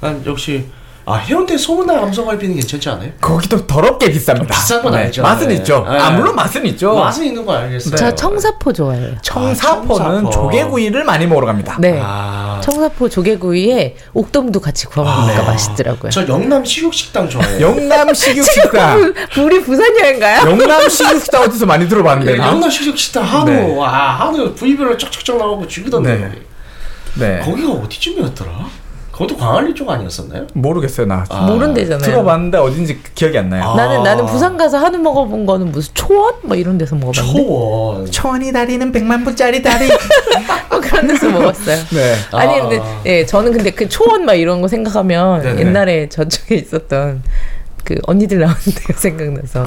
난 역시 아 해운대 소문나 감성갈비는 괜찮지 않아요?
거기도 더럽게 비쌉니다.
비싼 건 알죠.
맛은
네.
있죠.
네.
아 물론 맛은 있죠.
맛은 있는 거 알겠어요.
저 청사포 좋아해요.
청사포는
청사포.
조개구이를 많이 먹으러 갑니다.
네.
아.
청사포 조개구이에 옥돔도 같이 구워 먹으니까 맛있더라고요.
저 영남 시육식당 좋아해요.
영남 식육식당.
부- 우리 부산 여행가요?
영남 식육식당 어디서 많이 들어봤는데.
예,
나?
영남 시식식당 한우
네.
와 한우 부위별로 쫙쫙쫙 나오고 죽이던데
네.
거기.
네.
거기가 어디쯤이었더라? 그것도 광안리 쪽 아니었었나요?
네. 모르겠어요 나.
아.
모른대잖아요.
들어봤는데 어딘지 기억이 안 나요.
아.
나는 나는 부산 가서 한우 먹어본 거는 무슨 초원 뭐 이런 데서 먹어봤는데
초원
초원이 다리는 백만 불짜리 다리.
그런 데서 먹었어요.
네.
아니
아.
근데 예 저는 근데 그 초원 막 이런 거 생각하면
네네.
옛날에 저쪽에 있었던 그 언니들 나오는데 생각나서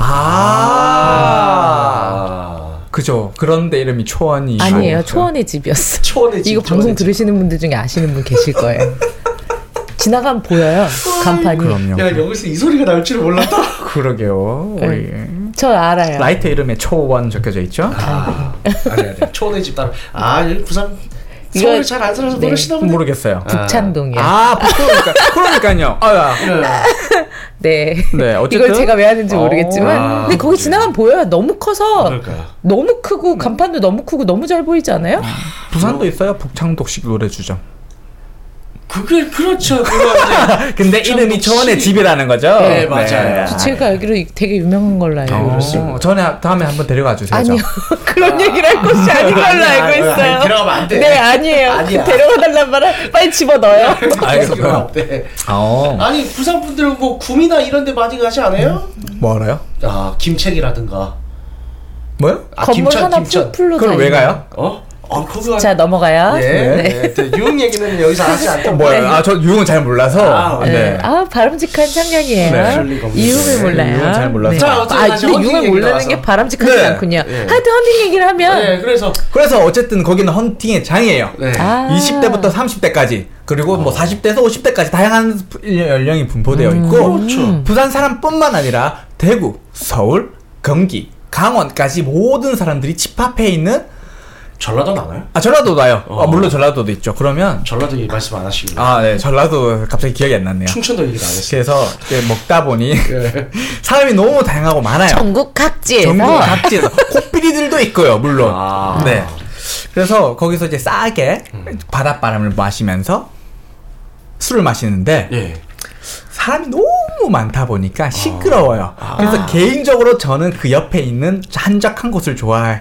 아.
아.
그죠. 그런데 이름이 초원이.
아, 니에요 초원의 집이었어.
초원의 집
이거 방송
초원의 집.
들으시는 분들 중에 아시는 분 계실 거예요. 지나가면 보여요 간판이.
그럼요.
야 여기서 이 소리가 날 줄 몰랐다
그러게요.
네.
우리
저 알아요.
라이트 이름에 초원 적혀져 있죠.
아, 아니 아니 초원의 집 따로 아 여기 부산
이거-
서울 잘안 살아서
네.
모르시나 보네
모르겠어요.
북창동이요.
아, 그러니까, 그러니까요. 아, 야.
네.
네, 어쨌든.
이걸 제가 왜 하는지 모르겠지만
아,
근데 거기
그치.
지나가면 보여요. 너무 커서
네.
그러니까
너무 크고 간판도 너무 크고 너무 잘 보이지 않아요?
부산도 있어요. 북창독식 노래 주점.
그게 그렇죠 그거 이제
근데 이름이
북창독식.
초원의 집이라는 거죠.
네, 맞아요.
저 제가 알기로 되게 유명한 걸로 알고
어,
있어요.
그렇습니다.
전에 다음에 한번 데려가 주세요.
아니요 그런 얘기를 할 것이 아닌 걸로 알고
아니,
있어요.
데려가면 안 돼.
네 아니에요.
아니야.
데려가달란 말은 빨리 집어 넣어요.
그건
알겠어요.
어때
어.
아니 부산 분들은 뭐 구미나 이런 데 많이 가지 않아요?
음.
뭐 알아요?
아 김책이라든가
뭐요?
아
건물
김천
하나
김천
풀로
그걸 왜
다니는.
가요?
어? 아 그거
자 넘어가요.
예,
네.
네. 네. 유흥 얘기는 여기서 하지 않다.
뭐요? 아, 저 유흥은 잘 몰라서.
네. 아,
네.
네.
아 바람직한 창년이에요.
네.
이유를
네,
몰라요.
이유는 잘 몰라서. 자,
아
어쨌든 다시
근데
헌팅
이유를
얘기
모르는
나와서.
게 바람직하지
네.
않군요.
예.
하여튼 헌팅 얘기를 하면
네, 그래서
그래서 어쨌든 거기는 헌팅의 장이에요.
네. 어.
아.
20대부터 30대까지 그리고 뭐 40대에서 50대까지 다양한 부- 연령이 분포되어 있고
그렇죠.
부산 사람뿐만 아니라 대구, 서울, 경기, 강원까지 모든 사람들이 집합해 있는
전라도 나나요?
아 전라도 나요.
어.
아, 물론 전라도도 있죠. 그러면
전라도 얘기 말씀 안 하시고
아 네 전라도 갑자기 기억이 안 났네요.
충청도 얘기를 안 했어요.
그래서 이렇게 먹다 보니
예.
사람이 너무 다양하고 많아요.
전국 각지에서
전국 각지에서 코끼리들도 있고요, 물론.
아.
네. 그래서 거기서 이제 싸게 바닷바람을 마시면서 술을 마시는데
예.
사람이 너무 많다 보니까 시끄러워요.
아.
그래서 개인적으로 저는 그 옆에 있는 한적한 곳을 좋아해요.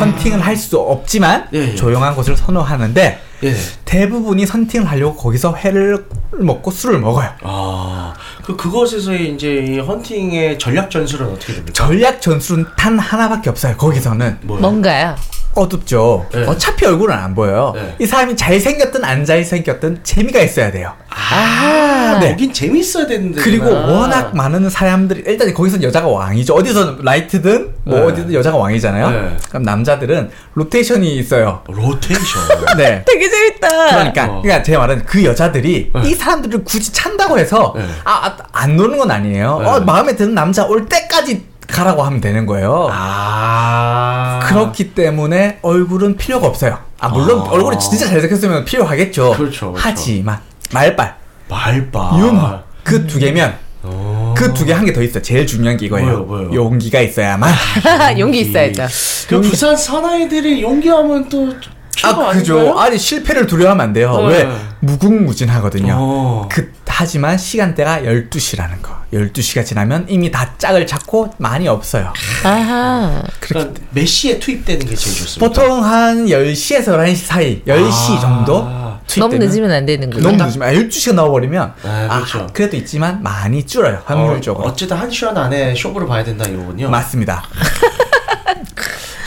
헌팅을 할 수 없지만
예, 예.
조용한 곳을 선호하는데
예.
대부분이 헌팅을 하려고 거기서 회를 먹고 술을 먹어요.
아, 그 그것에서의 이제 이 헌팅의 전략 전술은 어떻게 됩니까?
전략 전술은 단 하나밖에 없어요. 거기서는
뭐요?
뭔가요?
어둡죠.
네.
어차피 얼굴은 안 보여요.
네.
이 사람이 잘생겼든 안 잘생겼든 재미가 있어야 돼요. 아, 네.
거긴 재밌어야 되는데.
그리고 워낙 많은 사람들이 일단 거기선 여자가 왕이죠. 어디선 라이트든 뭐
네.
어디든 여자가 왕이잖아요.
네.
그럼 남자들은 로테이션이 있어요.
로테이션.
네.
되게 재밌다.
그러니까,
어.
그러니까 제 말은 그 여자들이
네.
이 사람들을 굳이 찬다고 해서
네.
아, 아, 안 노는 건 아니에요.
네.
어, 마음에 드는 남자 올 때까지 가라고 하면 되는 거예요.
아.
그렇기 때문에 얼굴은 필요가 없어요. 아 물론
아.
얼굴이 진짜 잘생겼으면 필요하겠죠.
그렇죠, 아. 그렇죠.
하지만 말빨,
말바.
유머 그 두 개면
어.
그 두 개 한 개 더 있어. 제일 중요한 게 이거예요.
뭐예요, 뭐예요? 아,
용기가 있어야만.
아, 용기 있어야죠.
그 부산 사나이들이 용기하면 또 최고
아 그죠. 아니 실패를 두려워하면 안 돼요.
네.
왜 무궁무진하거든요.
어.
그 하지만 시간대가 12시라는 거. 12시가 지나면 이미 다 짝을 찾고 많이 없어요.
아하.
아, 그러니까 메시에 투입되는 게 제일 좋습니다. 어,
보통 한 10시에서 11시 사이, 10시
아.
정도
너무
투입되면
늦으면 안 되는 거예요.
너무 늦으면 아, 12시가 나와버리면
그러니까 아,
아,
그렇죠.
그래도 있지만 많이 줄어요
어,
확률적으로
어쨌든 한 시간 안에 쇼부를 봐야 된다 이거군요.
맞습니다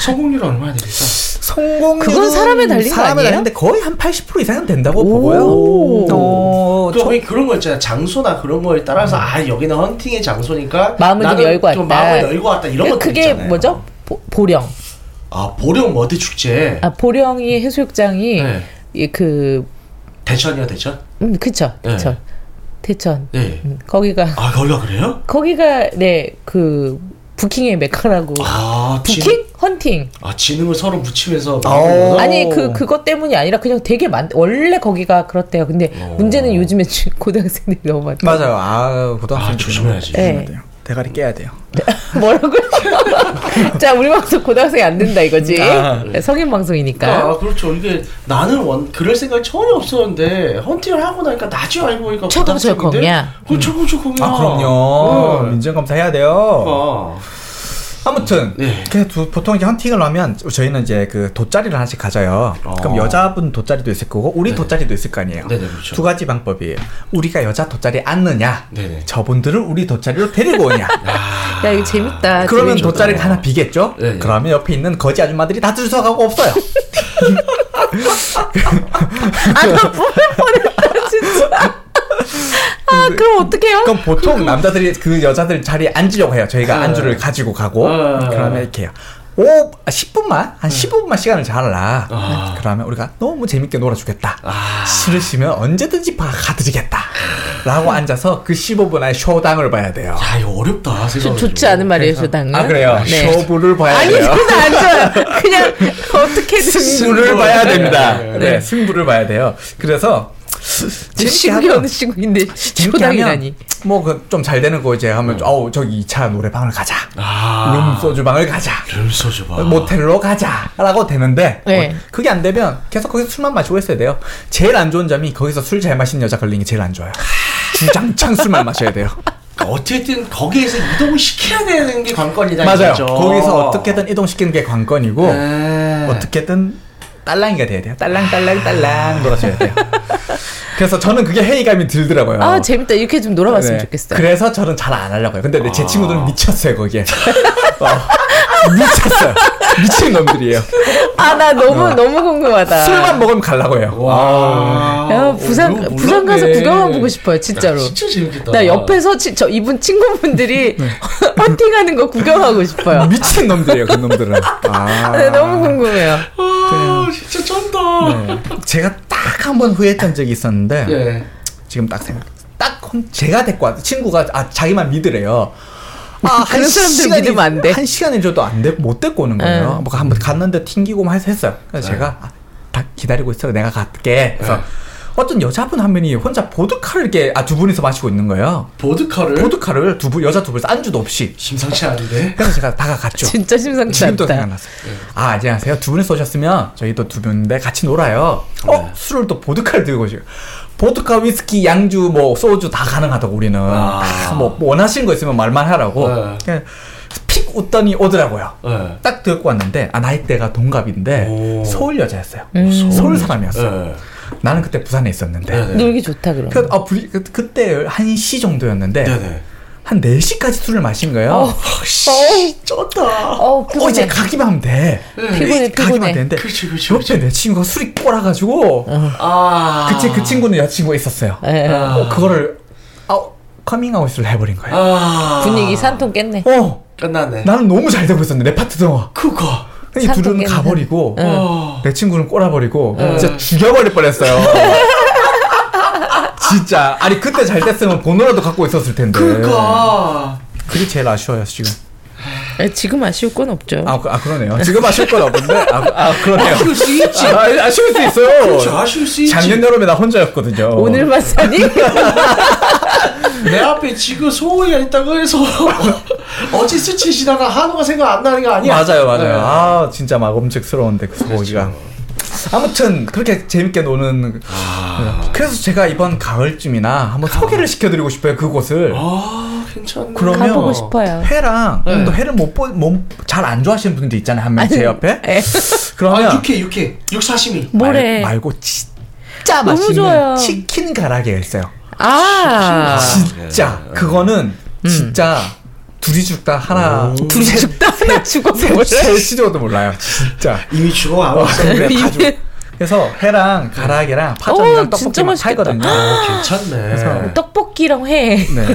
성공률은 얼마나 됩니까?
성공
그건 사람에 달린 거 아니에요?
는데 거의 한 80% 이상은 된다고
오.
보고요 어,
그 왜 그런 거 있잖아 장소나 그런 거에 따라서 아 여기는 헌팅의 장소니까
마음을 좀
나는
열고
좀
왔다.
마음을 열고 왔다 이런 것들
그게
있잖아요.
뭐죠? 보, 보령.
아 보령 워드 축제
아, 보령이 해수욕장이
예. 네.
이 그,
대천이요 대천?
음, 그쵸, 그쵸.
네.
대천.
네.
음, 거기가,
아 거기가 그래요?
거기가, 네, 그, 부킹의 메카라고.
아
부킹?
지능-
헌팅.
아 지능을 서로 붙이면서
어.
아니 그 그것 때문이 아니라 그냥 되게 많 원래 거기가 그렇대요. 근데
어.
문제는 요즘에 지- 고등학생들이 너무 많다.
맞아요 아 고등학생
아, 조심해야지.
예.
돼요. 대가리 깨야 돼요
뭐라고요? 자 우리 방송 고등학생이 안 된다 이거지. 네,
아. 어.
성인 방송이니까.
아 그렇죠 이게 나는 원 그럴 생각 이 전혀 없었는데 헌팅을 하고 나니까 나중에 알고 보니까
저도
고등학생인데?
절콩이야. 음.
그 저도 절콩이야
아 그럼요
네.
민정검사 해야 돼요
아,
아무튼
네.
그 두- 보통 이제 헌팅을 하면 저희는 이제 그 돗자리를 하나씩 가져요
어.
그럼 여자분 돗자리도 있을 거고 우리
네.
돗자리도 있을 거 아니에요
네네 그렇죠
두 가지 방법이에요. 우리가 여자 돗자리 앉느냐,
네네.
저분들을 우리 돗자리로 데리고 오냐.
야 이거 재밌다.
그러면
재밌다.
돗자리를 하나 비겠죠?
아, 네, 네.
그러면 옆에 있는 거지 아줌마들이 다 들썩하고 없어요.
아나 뽑을 뻔했다 진짜. 아 그럼 어떡해요?
그럼 보통 남자들이 그 여자들 자리에 앉으려고 해요.
아.
저희가 안주를 가지고 가고.
네.
그러면 이렇게 해요. 5, 10분만? 한 15분만 시간을 잘라.
아.
그러면 우리가 너무 재밌게 놀아주겠다.
아.
싫으시면 언제든지 봐- 가드리겠다. 라고 앉아서 그 15분 안에 쇼당을 봐야 돼요.
야 이거 어렵다 생각해보면.
좋지 않은 말이에요, 저당은.
아, 그래요?
네.
쇼부를 봐야
아니,
돼요.
그건 안 좋아요. 그냥, 어떻게든.
승부를 봐야 됩니다.
네,
네,
네,
승부를 봐야 돼요. 그래서 재밌게 하면
네, 신기한 친구인데,
재밌게
초당이라니. 음.
하면 뭐좀 잘 되는 거 이제 하면 좀, 어우 저기 2차 노래방을 가자.
아
룸 소주방을 가자.
룸소주 봐
모텔로 가자라고 되는데
네.
어, 그게 안 되면 계속 거기서 술만 마시고 있어야 돼요. 제일 안 좋은 점이 거기서 술 잘 마시는 여자 걸린 게 제일 안 좋아요. 주장창 술만 마셔야 돼요.
그러니까 어쨌든 거기에서 이동을 시켜야 되는 게 관건이다
맞아요.
이거죠.
거기서 어떻게든 이동시키는 게 관건이고
네.
어떻게든 딸랑이가 돼야 돼요. 딸랑 딸랑 딸랑 놀아줘야 돼요. 그래서 저는 그게 회의감이 들더라고요.
아, 재밌다. 이렇게 좀 놀아봤으면
네.
좋겠어요. 아.
그래서 저는 잘 안 하려고요. 근데 내- 제 친구들은 미쳤어요 거기에. 어, 미쳤어요. 미친 놈들이에요.
아, 나 너무,
어.
너무 궁금하다.
술만 먹으면 갈라고 해요.
와 어,
야, 부산,
이거
부산 가서
몰랐네.
구경만 보고 싶어요, 진짜로.
야, 진짜 재밌겠다
나 옆에서 치, 저 이분 친구분들이 헌팅하는 거 구경하고 싶어요.
네. 미친 놈들이에요 그 놈들은. 아.
네, 너무 궁금해요.
아 진짜 쩐다
네. 제가 딱 한 번 후회했던 적이 있었는데
예.
지금 딱 생각. 딱 혼- 제가 데리고 왔 친구가 아 자기만 믿으래요. 아,
그런 사람들
시간이-
믿으면 안 돼. 네.
한 시간을 줘도 안 돼, 못 데리고 오는 거예요.
응.
뭐 한번 갔는데 튕기고만 해서 했어요. 그래서
네.
제가 아, 다 기다리고 있어, 내가 갈게. 그래서
네.
어떤 여자분 한 명이 혼자 보드카를 이렇게 아 두 분이서 마시고 있는 거예요.
보드카를
보드카를 두 분, 여자 두 분이서 안주도 없이.
심상치 않은데
그래서 제가 다가갔죠.
진짜 심상치
지금도
네,
않다.
생각났어요. 아, 안녕하세요. 두 분이서 오셨으면 저희 또 두 분인데 같이 놀아요. 어,
네.
술을 또 보드카를 들고 오시고. 보드카, 위스키, 양주, 뭐, 소주 다 가능하다고 우리는.
아.
다 뭐, 원하시는 거 있으면 말만 하라고.
네.
그냥 픽 웃더니 오더라고요.
예.
딱 듣고 왔는데, 아, 나이대가 동갑인데,
오.
서울 여자였어요.
음.
서울 사람이었어. 요
예.
나는 그때 어, 부산에 있었는데.
네네.
놀기 좋다, 그럼.
그, 아, 부- 그, 그때 1시 정도였는데,
네네
한 4시까지 술을 마신 거예요. 아,
어.
씨, 쩐다.
어,
어,
피곤해.
이제 가기만 하면 돼. 네.
피곤해,
가기만
피곤해.
되는데.
그렇죠, 그렇지, 그렇지,
옆에
그렇지.
내 친구가 술이 꼬라가지고.
아.
그치, 그 친구는 여자친구가 있었어요.
예.
아.
어, 그거를, 아, 커밍아웃을 해버린 거예요.
아.
분위기 산통 깼네.
어,
끝났네.
나는 너무 잘 되고 있었는데, 내 파트너.
그거.
근데 이
사건
둘은
깨는
가버리고,
응.
어.
내 친구는 꼬라버리고,
응.
진짜 죽여버릴 뻔했어요. 진짜. 아니, 그때 잘 됐으면 번호라도 갖고 있었을 텐데.
그러니까. 그거.
그게 제일 아쉬워요, 지금.
예, 지금 아쉬울 건 없죠.
아, 그- 아 그러네요. 지금 아쉬울 건 없는데. 아, 아 그러네요.
아쉬울 수 있지. 그렇죠.
아, 아쉬울 수
그렇지,
있어요.
아쉬울 수 있지.
작년 여름에 나 혼자였거든요.
오늘만 사니?
내 앞에 지금 소호이가 있다고 해서 어찌 스치 지나가 한우가 생각 안 나는 거 아니야?
어, 맞아요, 맞아요.
네.
아, 진짜 막 엄책스러운데 그
그렇죠.
소고기가. 아무튼 그렇게 재밌게 노는.
아.
그래서 제가 이번 가을쯤이나 한번 소개를 시켜드리고 싶어요 그곳을.
아, 괜찮네.
그러면
가보고 싶어요.
회랑 음,
네.
또 회를 못잘안 좋아하시는 분들 있잖아요 한 명 제 옆에.
예.
그러면
아, 육회, 육회. 육사시미.
뭐래.
말, 말고 진짜
아, 너무
맛있는
좋아요.
치킨 가라게 있어요.
아. 음.
진짜 그거는 진짜 둘이 죽다 하나
둘이 죽다 하나 죽어서 몰라.
셋이어도 몰라요 진짜
이미 죽어 안 왔어.
그래
이미-
다 죽. 그래서 회랑 가라게랑 파전이랑
오, 진짜
떡볶이 막
맛있겠다.
팔거든요.
어, 괜찮네.
떡볶이랑 회.
네.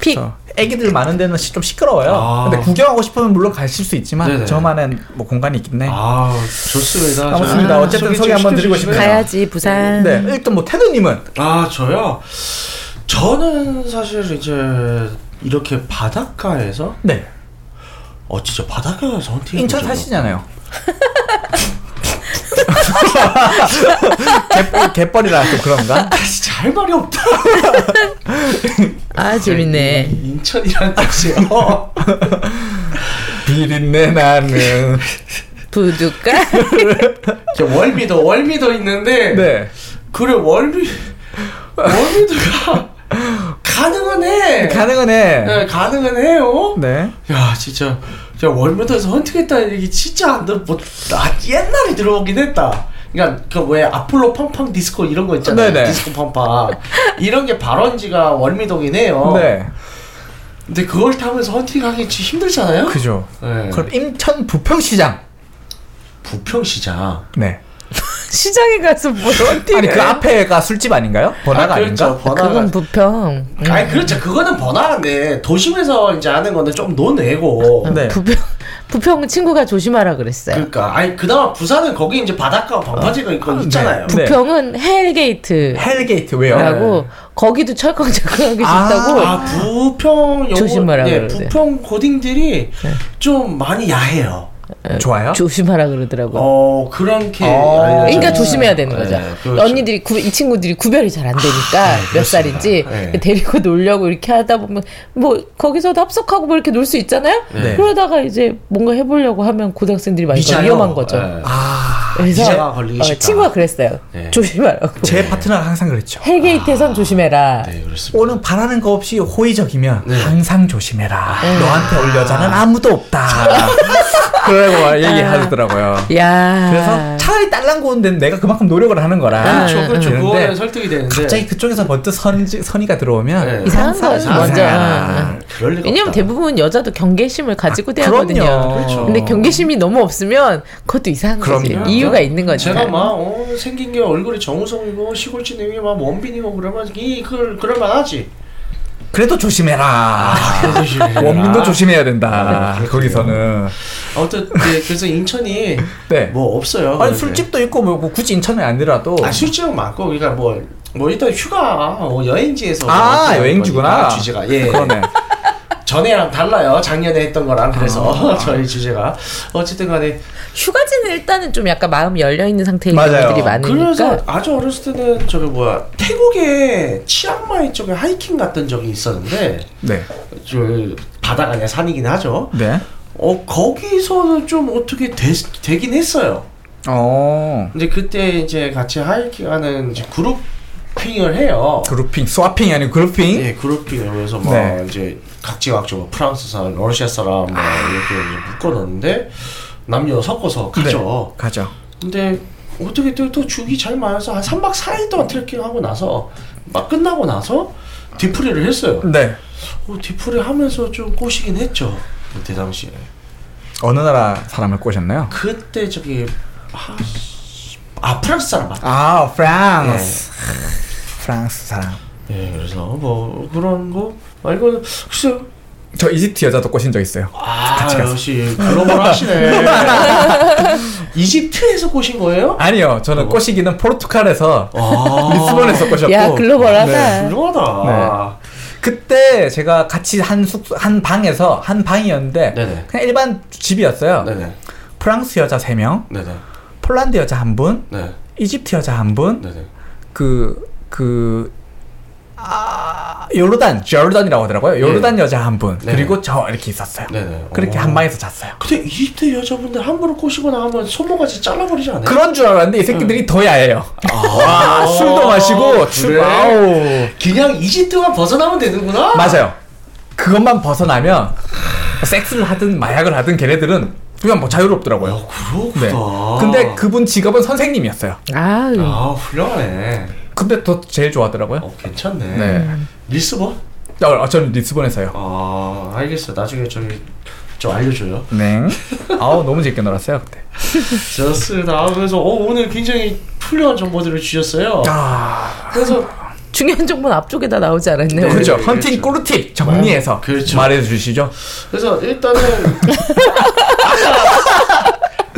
픽.
그래서 애기들 많은 데는 시- 좀 시끄러워요.
아.
근데 구경하고 싶으면 물론 가실 수 있지만
네네.
저만의 뭐 공간이 있긴 해.
아, 좋습니다.
아무튼입니다.
아,
어쨌든 소개
좀
한번 드리고
시켜주시고요.
싶네요.
가야지 부산.
네, 일단 뭐 테드님은
아, 저요? 저는 사실 이제 이렇게 바닷가에서
네
어 진짜 바닷가에서 헌팅
인천 사시잖아요. 갯벌, 갯벌이라 또 그런가?
아, 진짜 할 말이 없다.
아 재밌네.
인천이란 뜻이요.
비린내 나는.
부두까.
이제 월미도 월미도 있는데
네.
그래 월미 월미도가 가능은 해.
가능은 해.
네, 가능은 해요.
네.
야 진짜 진짜 월미도에서 헌팅했다는 얘기 진짜 안 들어 뭐나 아, 옛날에 들어보긴 했다. 그러니까 그 왜 아폴로 팡팡 디스코 이런 거 있잖아요.
네네.
디스코 팡팡 이런 게 발원지가 월미도긴 해요.
네.
근데 그걸 타면서 헌팅하기 진짜 힘들잖아요.
그죠.
네.
그럼 인천 부평시장.
부평시장.
네.
시장에 가서 뭘 어떻게?
아니 그 앞에가 술집 아닌가요? 번화가 아, 닌가
네. 그렇죠. 번화가.
그건 부평. 음.
아니 그렇죠. 그거는 번화가인데 도심에서 이제 하는 거는 좀 논외고.
네.
어, 부평 부평 친구가 조심하라 그랬어요.
그러니까 아니 그나마 부산은 거기 이제 바닷가 방파제가 있고 있잖아요.
네.
부평은 헬게이트.
그 헬게이트 왜요?
네.
라고 거기도 철컹철컹하게
아,
싶다고
아 부평
조심하라 네.
예,
그러네.
부평 고딩들이 좀 많이 야해요.
네. 좋아요?
조심하라 그러더라고. 요
어 그렇게.
어.
알려져
그러니까
있어요.
조심해야 되는 거죠.
네, 그렇죠.
언니들이 구- 이 친구들이 구별이 잘 안 되니까
네,
몇
그렇습니다.
살인지
네.
데리고 놀려고 이렇게 하다 보면 뭐 거기서도 합석하고 뭐 이렇게 놀 수 있잖아요.
네.
그러다가 이제 뭔가 해보려고 하면 고등학생들이 많이
미자요.
위험한 거죠.
예.
아,
그래서 어,
미자가 걸리기 쉽다.
친구가 그랬어요.
네.
조심하라고.
제 파트너가 항상 그랬죠.
헬게이트에선 조심해라.
네 그렇습니다.
오늘 바라는 거 없이 호의적이면
네.
항상 조심해라. 너한테 올 여자는 아무도 없다. 그러고 막 얘기하더라고요.
야.
그래서 차라리 딸랑구는 데는 내가 그만큼 노력을 하는 거라.
아. 그렇죠 그렇죠.
되는데
그거는 설득이 되는데.
갑자기 그쪽에서 번뜩 선지, 선이가
네.
들어오면
이상한
항상
거예요,
이상하다.
먼저.
아,
그럴 리가
네. 왜냐면
없다.
대부분 여자도 경계심을 가지고 대하거든요.
그럼요. 그렇죠.
근데 경계심이 너무 없으면 그것도 이상한 거지.
그럼요.
이유가 있는 거지. 네.
제가 막 어, 생긴 게 얼굴이 정우성이고 시골지님이 막 원빈이고 그러면 이 그걸 그럴 만하지.
그래도
아,
조심해라. 원빈도 조심해야 된다.
아,
거기서는.
아무튼 네, 그래서 인천이
네.
뭐 없어요.
아니
그런데.
술집도 있고 뭐 굳이 인천에 아니더라도
아 술집은 많고 그러니까 뭐. 뭐 일단 휴가 뭐 여행지에서
아,
어떤
여행지구나.
거니까 주제가 예
그러네.
전에랑 달라요 작년에 했던 거랑 그래서
아.
저희 주제가 어쨌든간에
휴가지는 일단은 좀 약간 마음이 열려 있는 상태인
맞아요.
분들이 많으니까.
그래서
그러니까
아주 어렸을 때는 저기 뭐야 태국에 치앙마이 쪽에 하이킹 갔던 적이 있었는데
네.
저 바다가 아니라 산이긴 하죠
네.
어 거기서는 좀 어떻게 되, 되긴 했어요.
어.
근데 그때 이제 같이 하이킹하는 이제 그룹핑을 해요.
그룹핑, 스와핑이 아니고 그룹핑.
예, 그룹핑을 해서 막
네.
이제 각지각지 뭐 프랑스 사람, 러시아 사람 막 이렇게 이제 묶어놨는데 남녀 섞어서 가죠.
가죠.
근데 어떻게 또, 또 죽이 잘 맞아서 한 3박 4일 동안 트레킹 하고 나서 막 끝나고 나서 뒤풀이를 했어요.
네.
어, 뒤풀이 하면서 좀 꼬시긴 했죠. 그때 당시에.
어느 나라 사람을 꼬셨나요?
그때 저기 아, 아 프랑스 사람 맞다.
아, 프랑스. 예. 프랑스 사람.
예, 그래서 뭐 그런 거 말고는 글쎄요.
저 이집트 여자도 꼬신 적 있어요.
아
같이 갔어.
역시 글로벌 하시네. 이집트에서 꼬신 거예요?
아니요, 저는
어.
꼬시기는 포르투갈에서
아,
리스본에서 꼬셨고. 네.
야,
네.
글로벌하다.
훌륭하다.
그때 제가 같이 한 숙소 한 방에서 한 방이었는데
네네.
그냥 일반 집이었어요.
네, 네,
프랑스 여자 3명,
네, 네,
폴란드 여자 한 분,
네,
이집트 여자 한 분,
네, 네.
그, 그, 아, 요르단, 조르단이라고 하더라고요. 요르단 여자 한 분,
예. 네.
그리고 저 이렇게 있었어요.
네네.
그렇게
오.
한 방에서 잤어요.
근데 이집트 여자분들 함부로 꼬시고 나가면 손목같이 잘라버리지 않아요? 아,
그런 줄 알았는데 이 새끼들이 더 야해요. 와, 술도 마시고, 춤,
음. 어. 그래?
아우.
그냥 이집트만 벗어나면 되는구나?
맞아요. 그것만 벗어나면 섹스를 하든 마약을 하든 걔네들은 그냥 뭐 자유롭더라고요.
어, 그렇구나.
네. 근데 그분 직업은 선생님이었어요.
아,
아, 훌륭하네.
근데 더 제일 좋아하더라고요.
어, 괜찮네.
네.
리스본?
어, 저는 리스본에서요.
아, 알겠어. 나중에 저기 좀 알려줘요.
네. 아우 너무 재밌게 놀았어요 그때.
좋습니다. 아, 그래서 어, 오늘 굉장히 훌륭한 정보들을 주셨어요.
아
그래서
중요한 정보는 앞쪽에다 나오지 않았네요.
네.
그렇죠.
그렇죠.
헌팅 꿀팁 정리해서
그렇죠.
말해주시죠.
그래서 일단은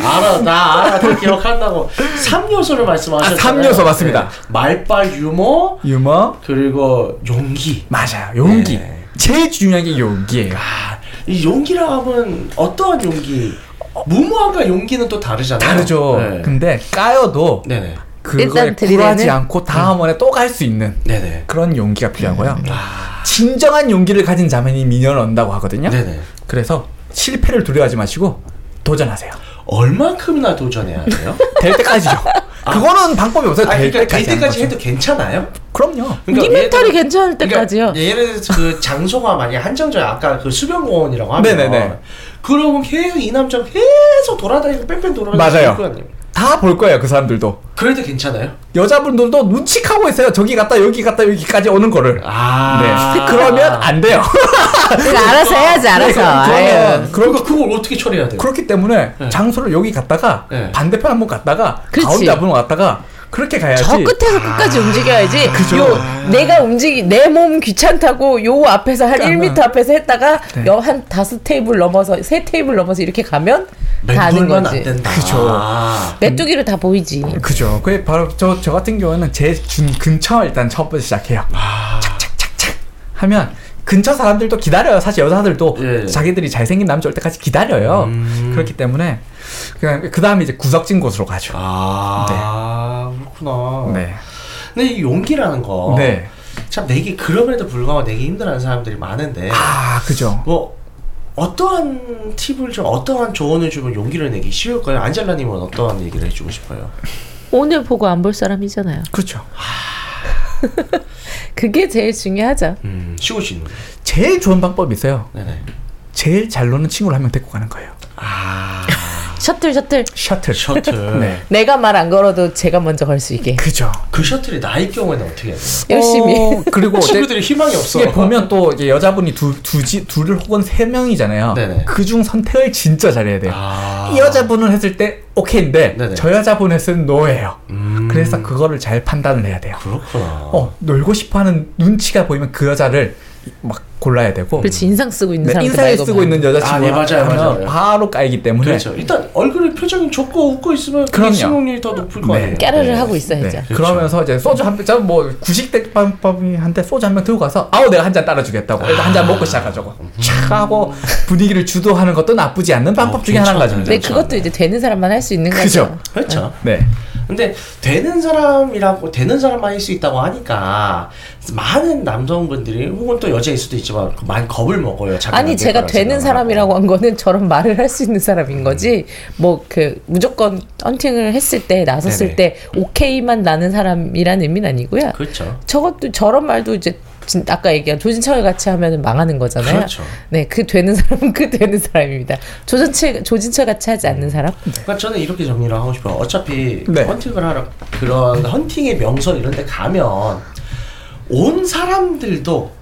알아 나 알아 다 기억한다고 3요소를 말씀하셨잖아요. 네.
아, 삼 요소 맞습니다.
말빨 유머
유머
그리고 용기.
맞아요. 용기
네.
제일 중요한 게 용기예요.
아, 이 용기라고 하면 어떠한 용기? 무모함과 용기는 또 다르잖아요.
다르죠.
네.
근데 까여도
네네.
그거에
일단 들이대는?
굴하지 않고 다음번에 네. 또 갈 수 있는
네네.
그런 용기가 필요하고요.
아,
진정한 용기를 가진 자만이 미녀를 얻는다고 하거든요.
네네.
그래서 실패를 두려워하지 마시고 도전하세요.
얼만큼이나 도전해야 돼요?
될 때까지죠. 아. 그거는 방법이 없어요.
아,
될
그러니까 될
때까지. 하는
때까지
거죠.
해도 괜찮아요? 그러니까
그럼요.
니 멘탈이
예를 들어-
괜찮을 때까지요.
그러니까 예를 들어서 그 장소가 만약 한정적이 아까 그 수변공원이라고 하면
네네네.
그러면 계속 이 남자 계속 돌아다니고 뺑뺑
맞아요.
돌아다니고 맞아요.
다 볼 거예요, 그 사람들도.
그래도 괜찮아요?
여자분들도 눈치카고 있어요. 저기 갔다 여기 갔다 여기까지 오는 거를.
아
네. 그러면 안 돼요. 네,
그러니까 알아서 해야지, 알아서. 아유.
그러면 그러,
그러니까 그걸 어떻게 처리해야 돼요?
그렇기 때문에
네.
장소를 여기 갔다가
네.
반대편 한 번 갔다가
그렇지.
가운데 한번 갔다가 그렇게 가야지.
저 끝에서 끝까지 움직여야지.
그죠.
요 내가 움직이 내 몸 귀찮다고 요 앞에서 한
그러니까
1m
아마-
앞에서 했다가
네.
여 한 다섯 테이블 넘어서 세 테이블 넘어서 이렇게 가면 다 아는
멘돌만 안
거지.
된다
그죠.
아.
메뚜기로 다 보이지.
그죠. 그게 바로 저, 저 같은 경우는 제 준 근처 일단 첫 번째 시작해요.
아.
착착 하면 근처 사람들도 기다려요. 사실 여자들도
예.
자기들이 잘생긴 남자 올 때까지 기다려요.
음.
그렇기 때문에 그냥 그 다음에 이제 구석진 곳으로 가죠.
아 어. 그렇구나
네.
근데 이 용기라는 거
네.
참 내기 그럼에도 불구하고 내기 힘들어하는 사람들이 많은데
아, 그죠.
뭐 어떠한 팁을 좀 어떠한 조언을 주면 용기를 내기 쉬울까요? 안젤라님은 어떠한 얘기를 해주고 싶어요?
오늘 보고 안 볼 사람이잖아요.
그렇죠.
그게 제일 중요하죠.
음, 쉬울 수 있는. 거.
제일 좋은 방법이 있어요.
네네.
제일 잘 노는 친구를 한 명 데리고 가는 거예요.
아
셔틀 셔틀.
셔틀.
셔틀.
네.
내가 말 안 걸어도 제가 먼저 걸 수 있게.
그죠.
그 셔틀이 나일 경우에는 어떻게 해야 돼요?
열심히.
어, 그리고 어때-
친구들이 희망이 없어.
이게 보면 또 이제 여자분이 두, 두지, 둘 혹은 세 명이잖아요.
네네.
그중 선택을 진짜 잘해야 돼요.
아.
이 여자분은 했을 때 오케이인데
네네.
저 여자분 했을 때 노예요.
음.
그래서 그거를 잘 판단을 해야 돼요.
그렇구나.
어 놀고 싶어하는 눈치가 보이면 그 여자를 막 골라야 되고
그렇지 인상 쓰고 뭐 있는
네,
사람
인상을 쓰고 있는
아, 예,
여자친구가
맞아요, 맞아요.
바로 까이기 때문에
그렇죠. 일단 얼굴에 표정이 좁고 웃고 있으면
네. 그럼요.
그게 성공률이 더 높을 거
네.
아니에요.
깨르르
네.
하고 있어야죠.
네, 그러면서 이제 소주 한병뭐 구식 대빵빵한테 소주 한 병 들고 가서 아우 내가 한 잔 따라주겠다고 일단 한 잔 먹고 시작하자고 촥 하고 분위기를 주도하는 것도 나쁘지 않는 방법
어,
중에 하나인
괜찮아요.
거죠.
근데 그것도 이제 되는 사람만 할 수 있는
그렇죠. 그죠.
거죠.
그렇죠.
네.
근데 되는 사람이라고 되는 사람만 할 수 있다고 하니까 많은 남성분들이 혹은 또 여자일 수도 있지만 많이 겁을 먹어요. 자기가
아니
될
제가
거라고
되는
생각을 하고.
사람이라고 한 거는 저런 말을 할 수 있는 사람인 거지 뭐 그 무조건 헌팅을 했을 때 나섰을
네네.
때 오케이만 나는 사람이란 의미는 아니고요.
그렇죠.
저것도 저런 말도 이제 진- 아까 얘기한 조진창을 같이 하면 망하는 거잖아요.
그렇죠.
네, 그 되는 사람은 그 되는 사람입니다. 조진철 조진철 같이 하지 않는 사람.
그러니까 저는 이렇게 정리를 하고 싶어요. 어차피
네.
헌팅을 하러 그런 헌팅의 명소 이런 데 가면 온 사람들도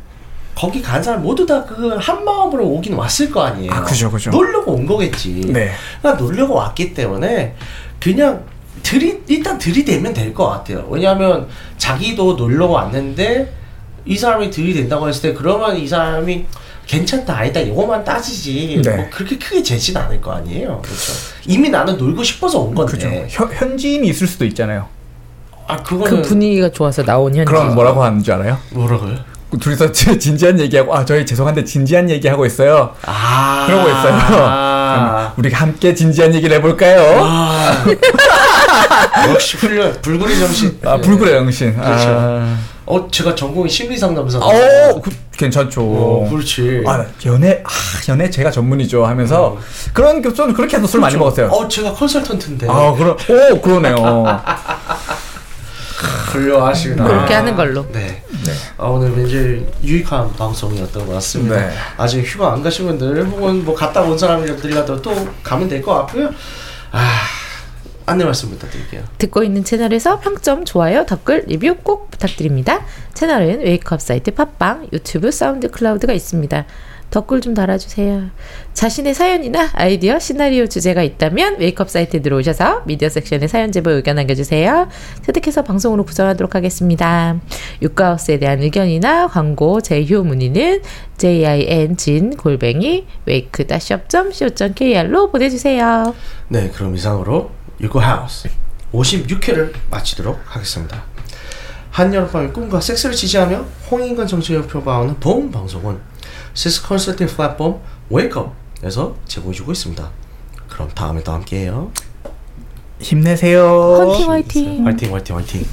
거기 간 사람 모두 다 그 한 마음으로 오긴 왔을 거 아니에요.
아, 그죠, 그죠.
놀려고 온 거겠지.
네.
그러니까 놀려고 왔기 때문에 그냥 들이 일단 들이대면 될 것 같아요. 왜냐하면 자기도 놀러 왔는데 이 사람이 들이댄다고 했을 때 그러면 이 사람이 괜찮다 아니다 이거만 따지지
네.
뭐 그렇게 크게 재진 않을 거 아니에요. 그렇죠. 이미 나는 놀고 싶어서 온 건데.
그죠. 그렇죠. 현, 현지인이 있을 수도 있잖아요.
아 그거는
그 분위기가 좋아서 나온 현지.
그럼 뭐라고 하는 줄 알아요?
뭐라고요?
둘이서 진- 진지한 얘기하고 아 저희 죄송한데 진지한 얘기하고 있어요.
아
그러고 있어요.
아.
그럼 우리 함께 진지한 얘기를 해볼까요?
아. 역시 훌륭 불구리 정신.
아 불그레 영신.
그렇죠.
아.
어 제가 전공이 심리상담사.
어, 그, 괜찮죠.
어, 그렇지.
아 연애 아 연애 제가 전문이죠 하면서 그런 그- 저는 그렇게 해서 술 많이 먹었어요.
어 제가 컨설턴트인데.
네. 아 그럼 오 그러네요.
훌륭하시구나.
그렇게 하는 걸로.
네. 아, 오늘 왠지 유익한 방송이었던 것 같습니다.
네.
아직 휴가 안 가신 분들 혹은 뭐 갔다 온 사람들이라도 또 가면 될 것 같고요. 아 안내 말씀 부탁드릴게요.
듣고 있는 채널에서 평점, 좋아요, 댓글, 리뷰 꼭 부탁드립니다. 채널은 웨이크업 사이트 팟빵, 유튜브, 사운드 클라우드가 있습니다. 댓글 좀 달아주세요. 자신의 사연이나 아이디어, 시나리오 주제가 있다면 웨이크업 사이트에 들어오셔서 미디어 섹션에 사연 제보 의견 남겨주세요. 채택해서 방송으로 구성하도록 하겠습니다. 유카우스에 대한 의견이나 광고, 제휴 문의는 jin 골뱅이 wake-up.co.kr로 보내주세요.
네, 그럼 이상으로 유고하우스 56회를 마치도록 하겠습니다. 한여름밤의 꿈과 섹스를 지지하며 홍인간 정책을 표방하는 보험 방송은 시스 컨설팅 플랫폼 웨이크업에서 제공해주고 있습니다. 그럼 다음에 또 함께해요.
힘내세요.
헌팅 화이팅! 네.
화이팅 화이팅 화이팅.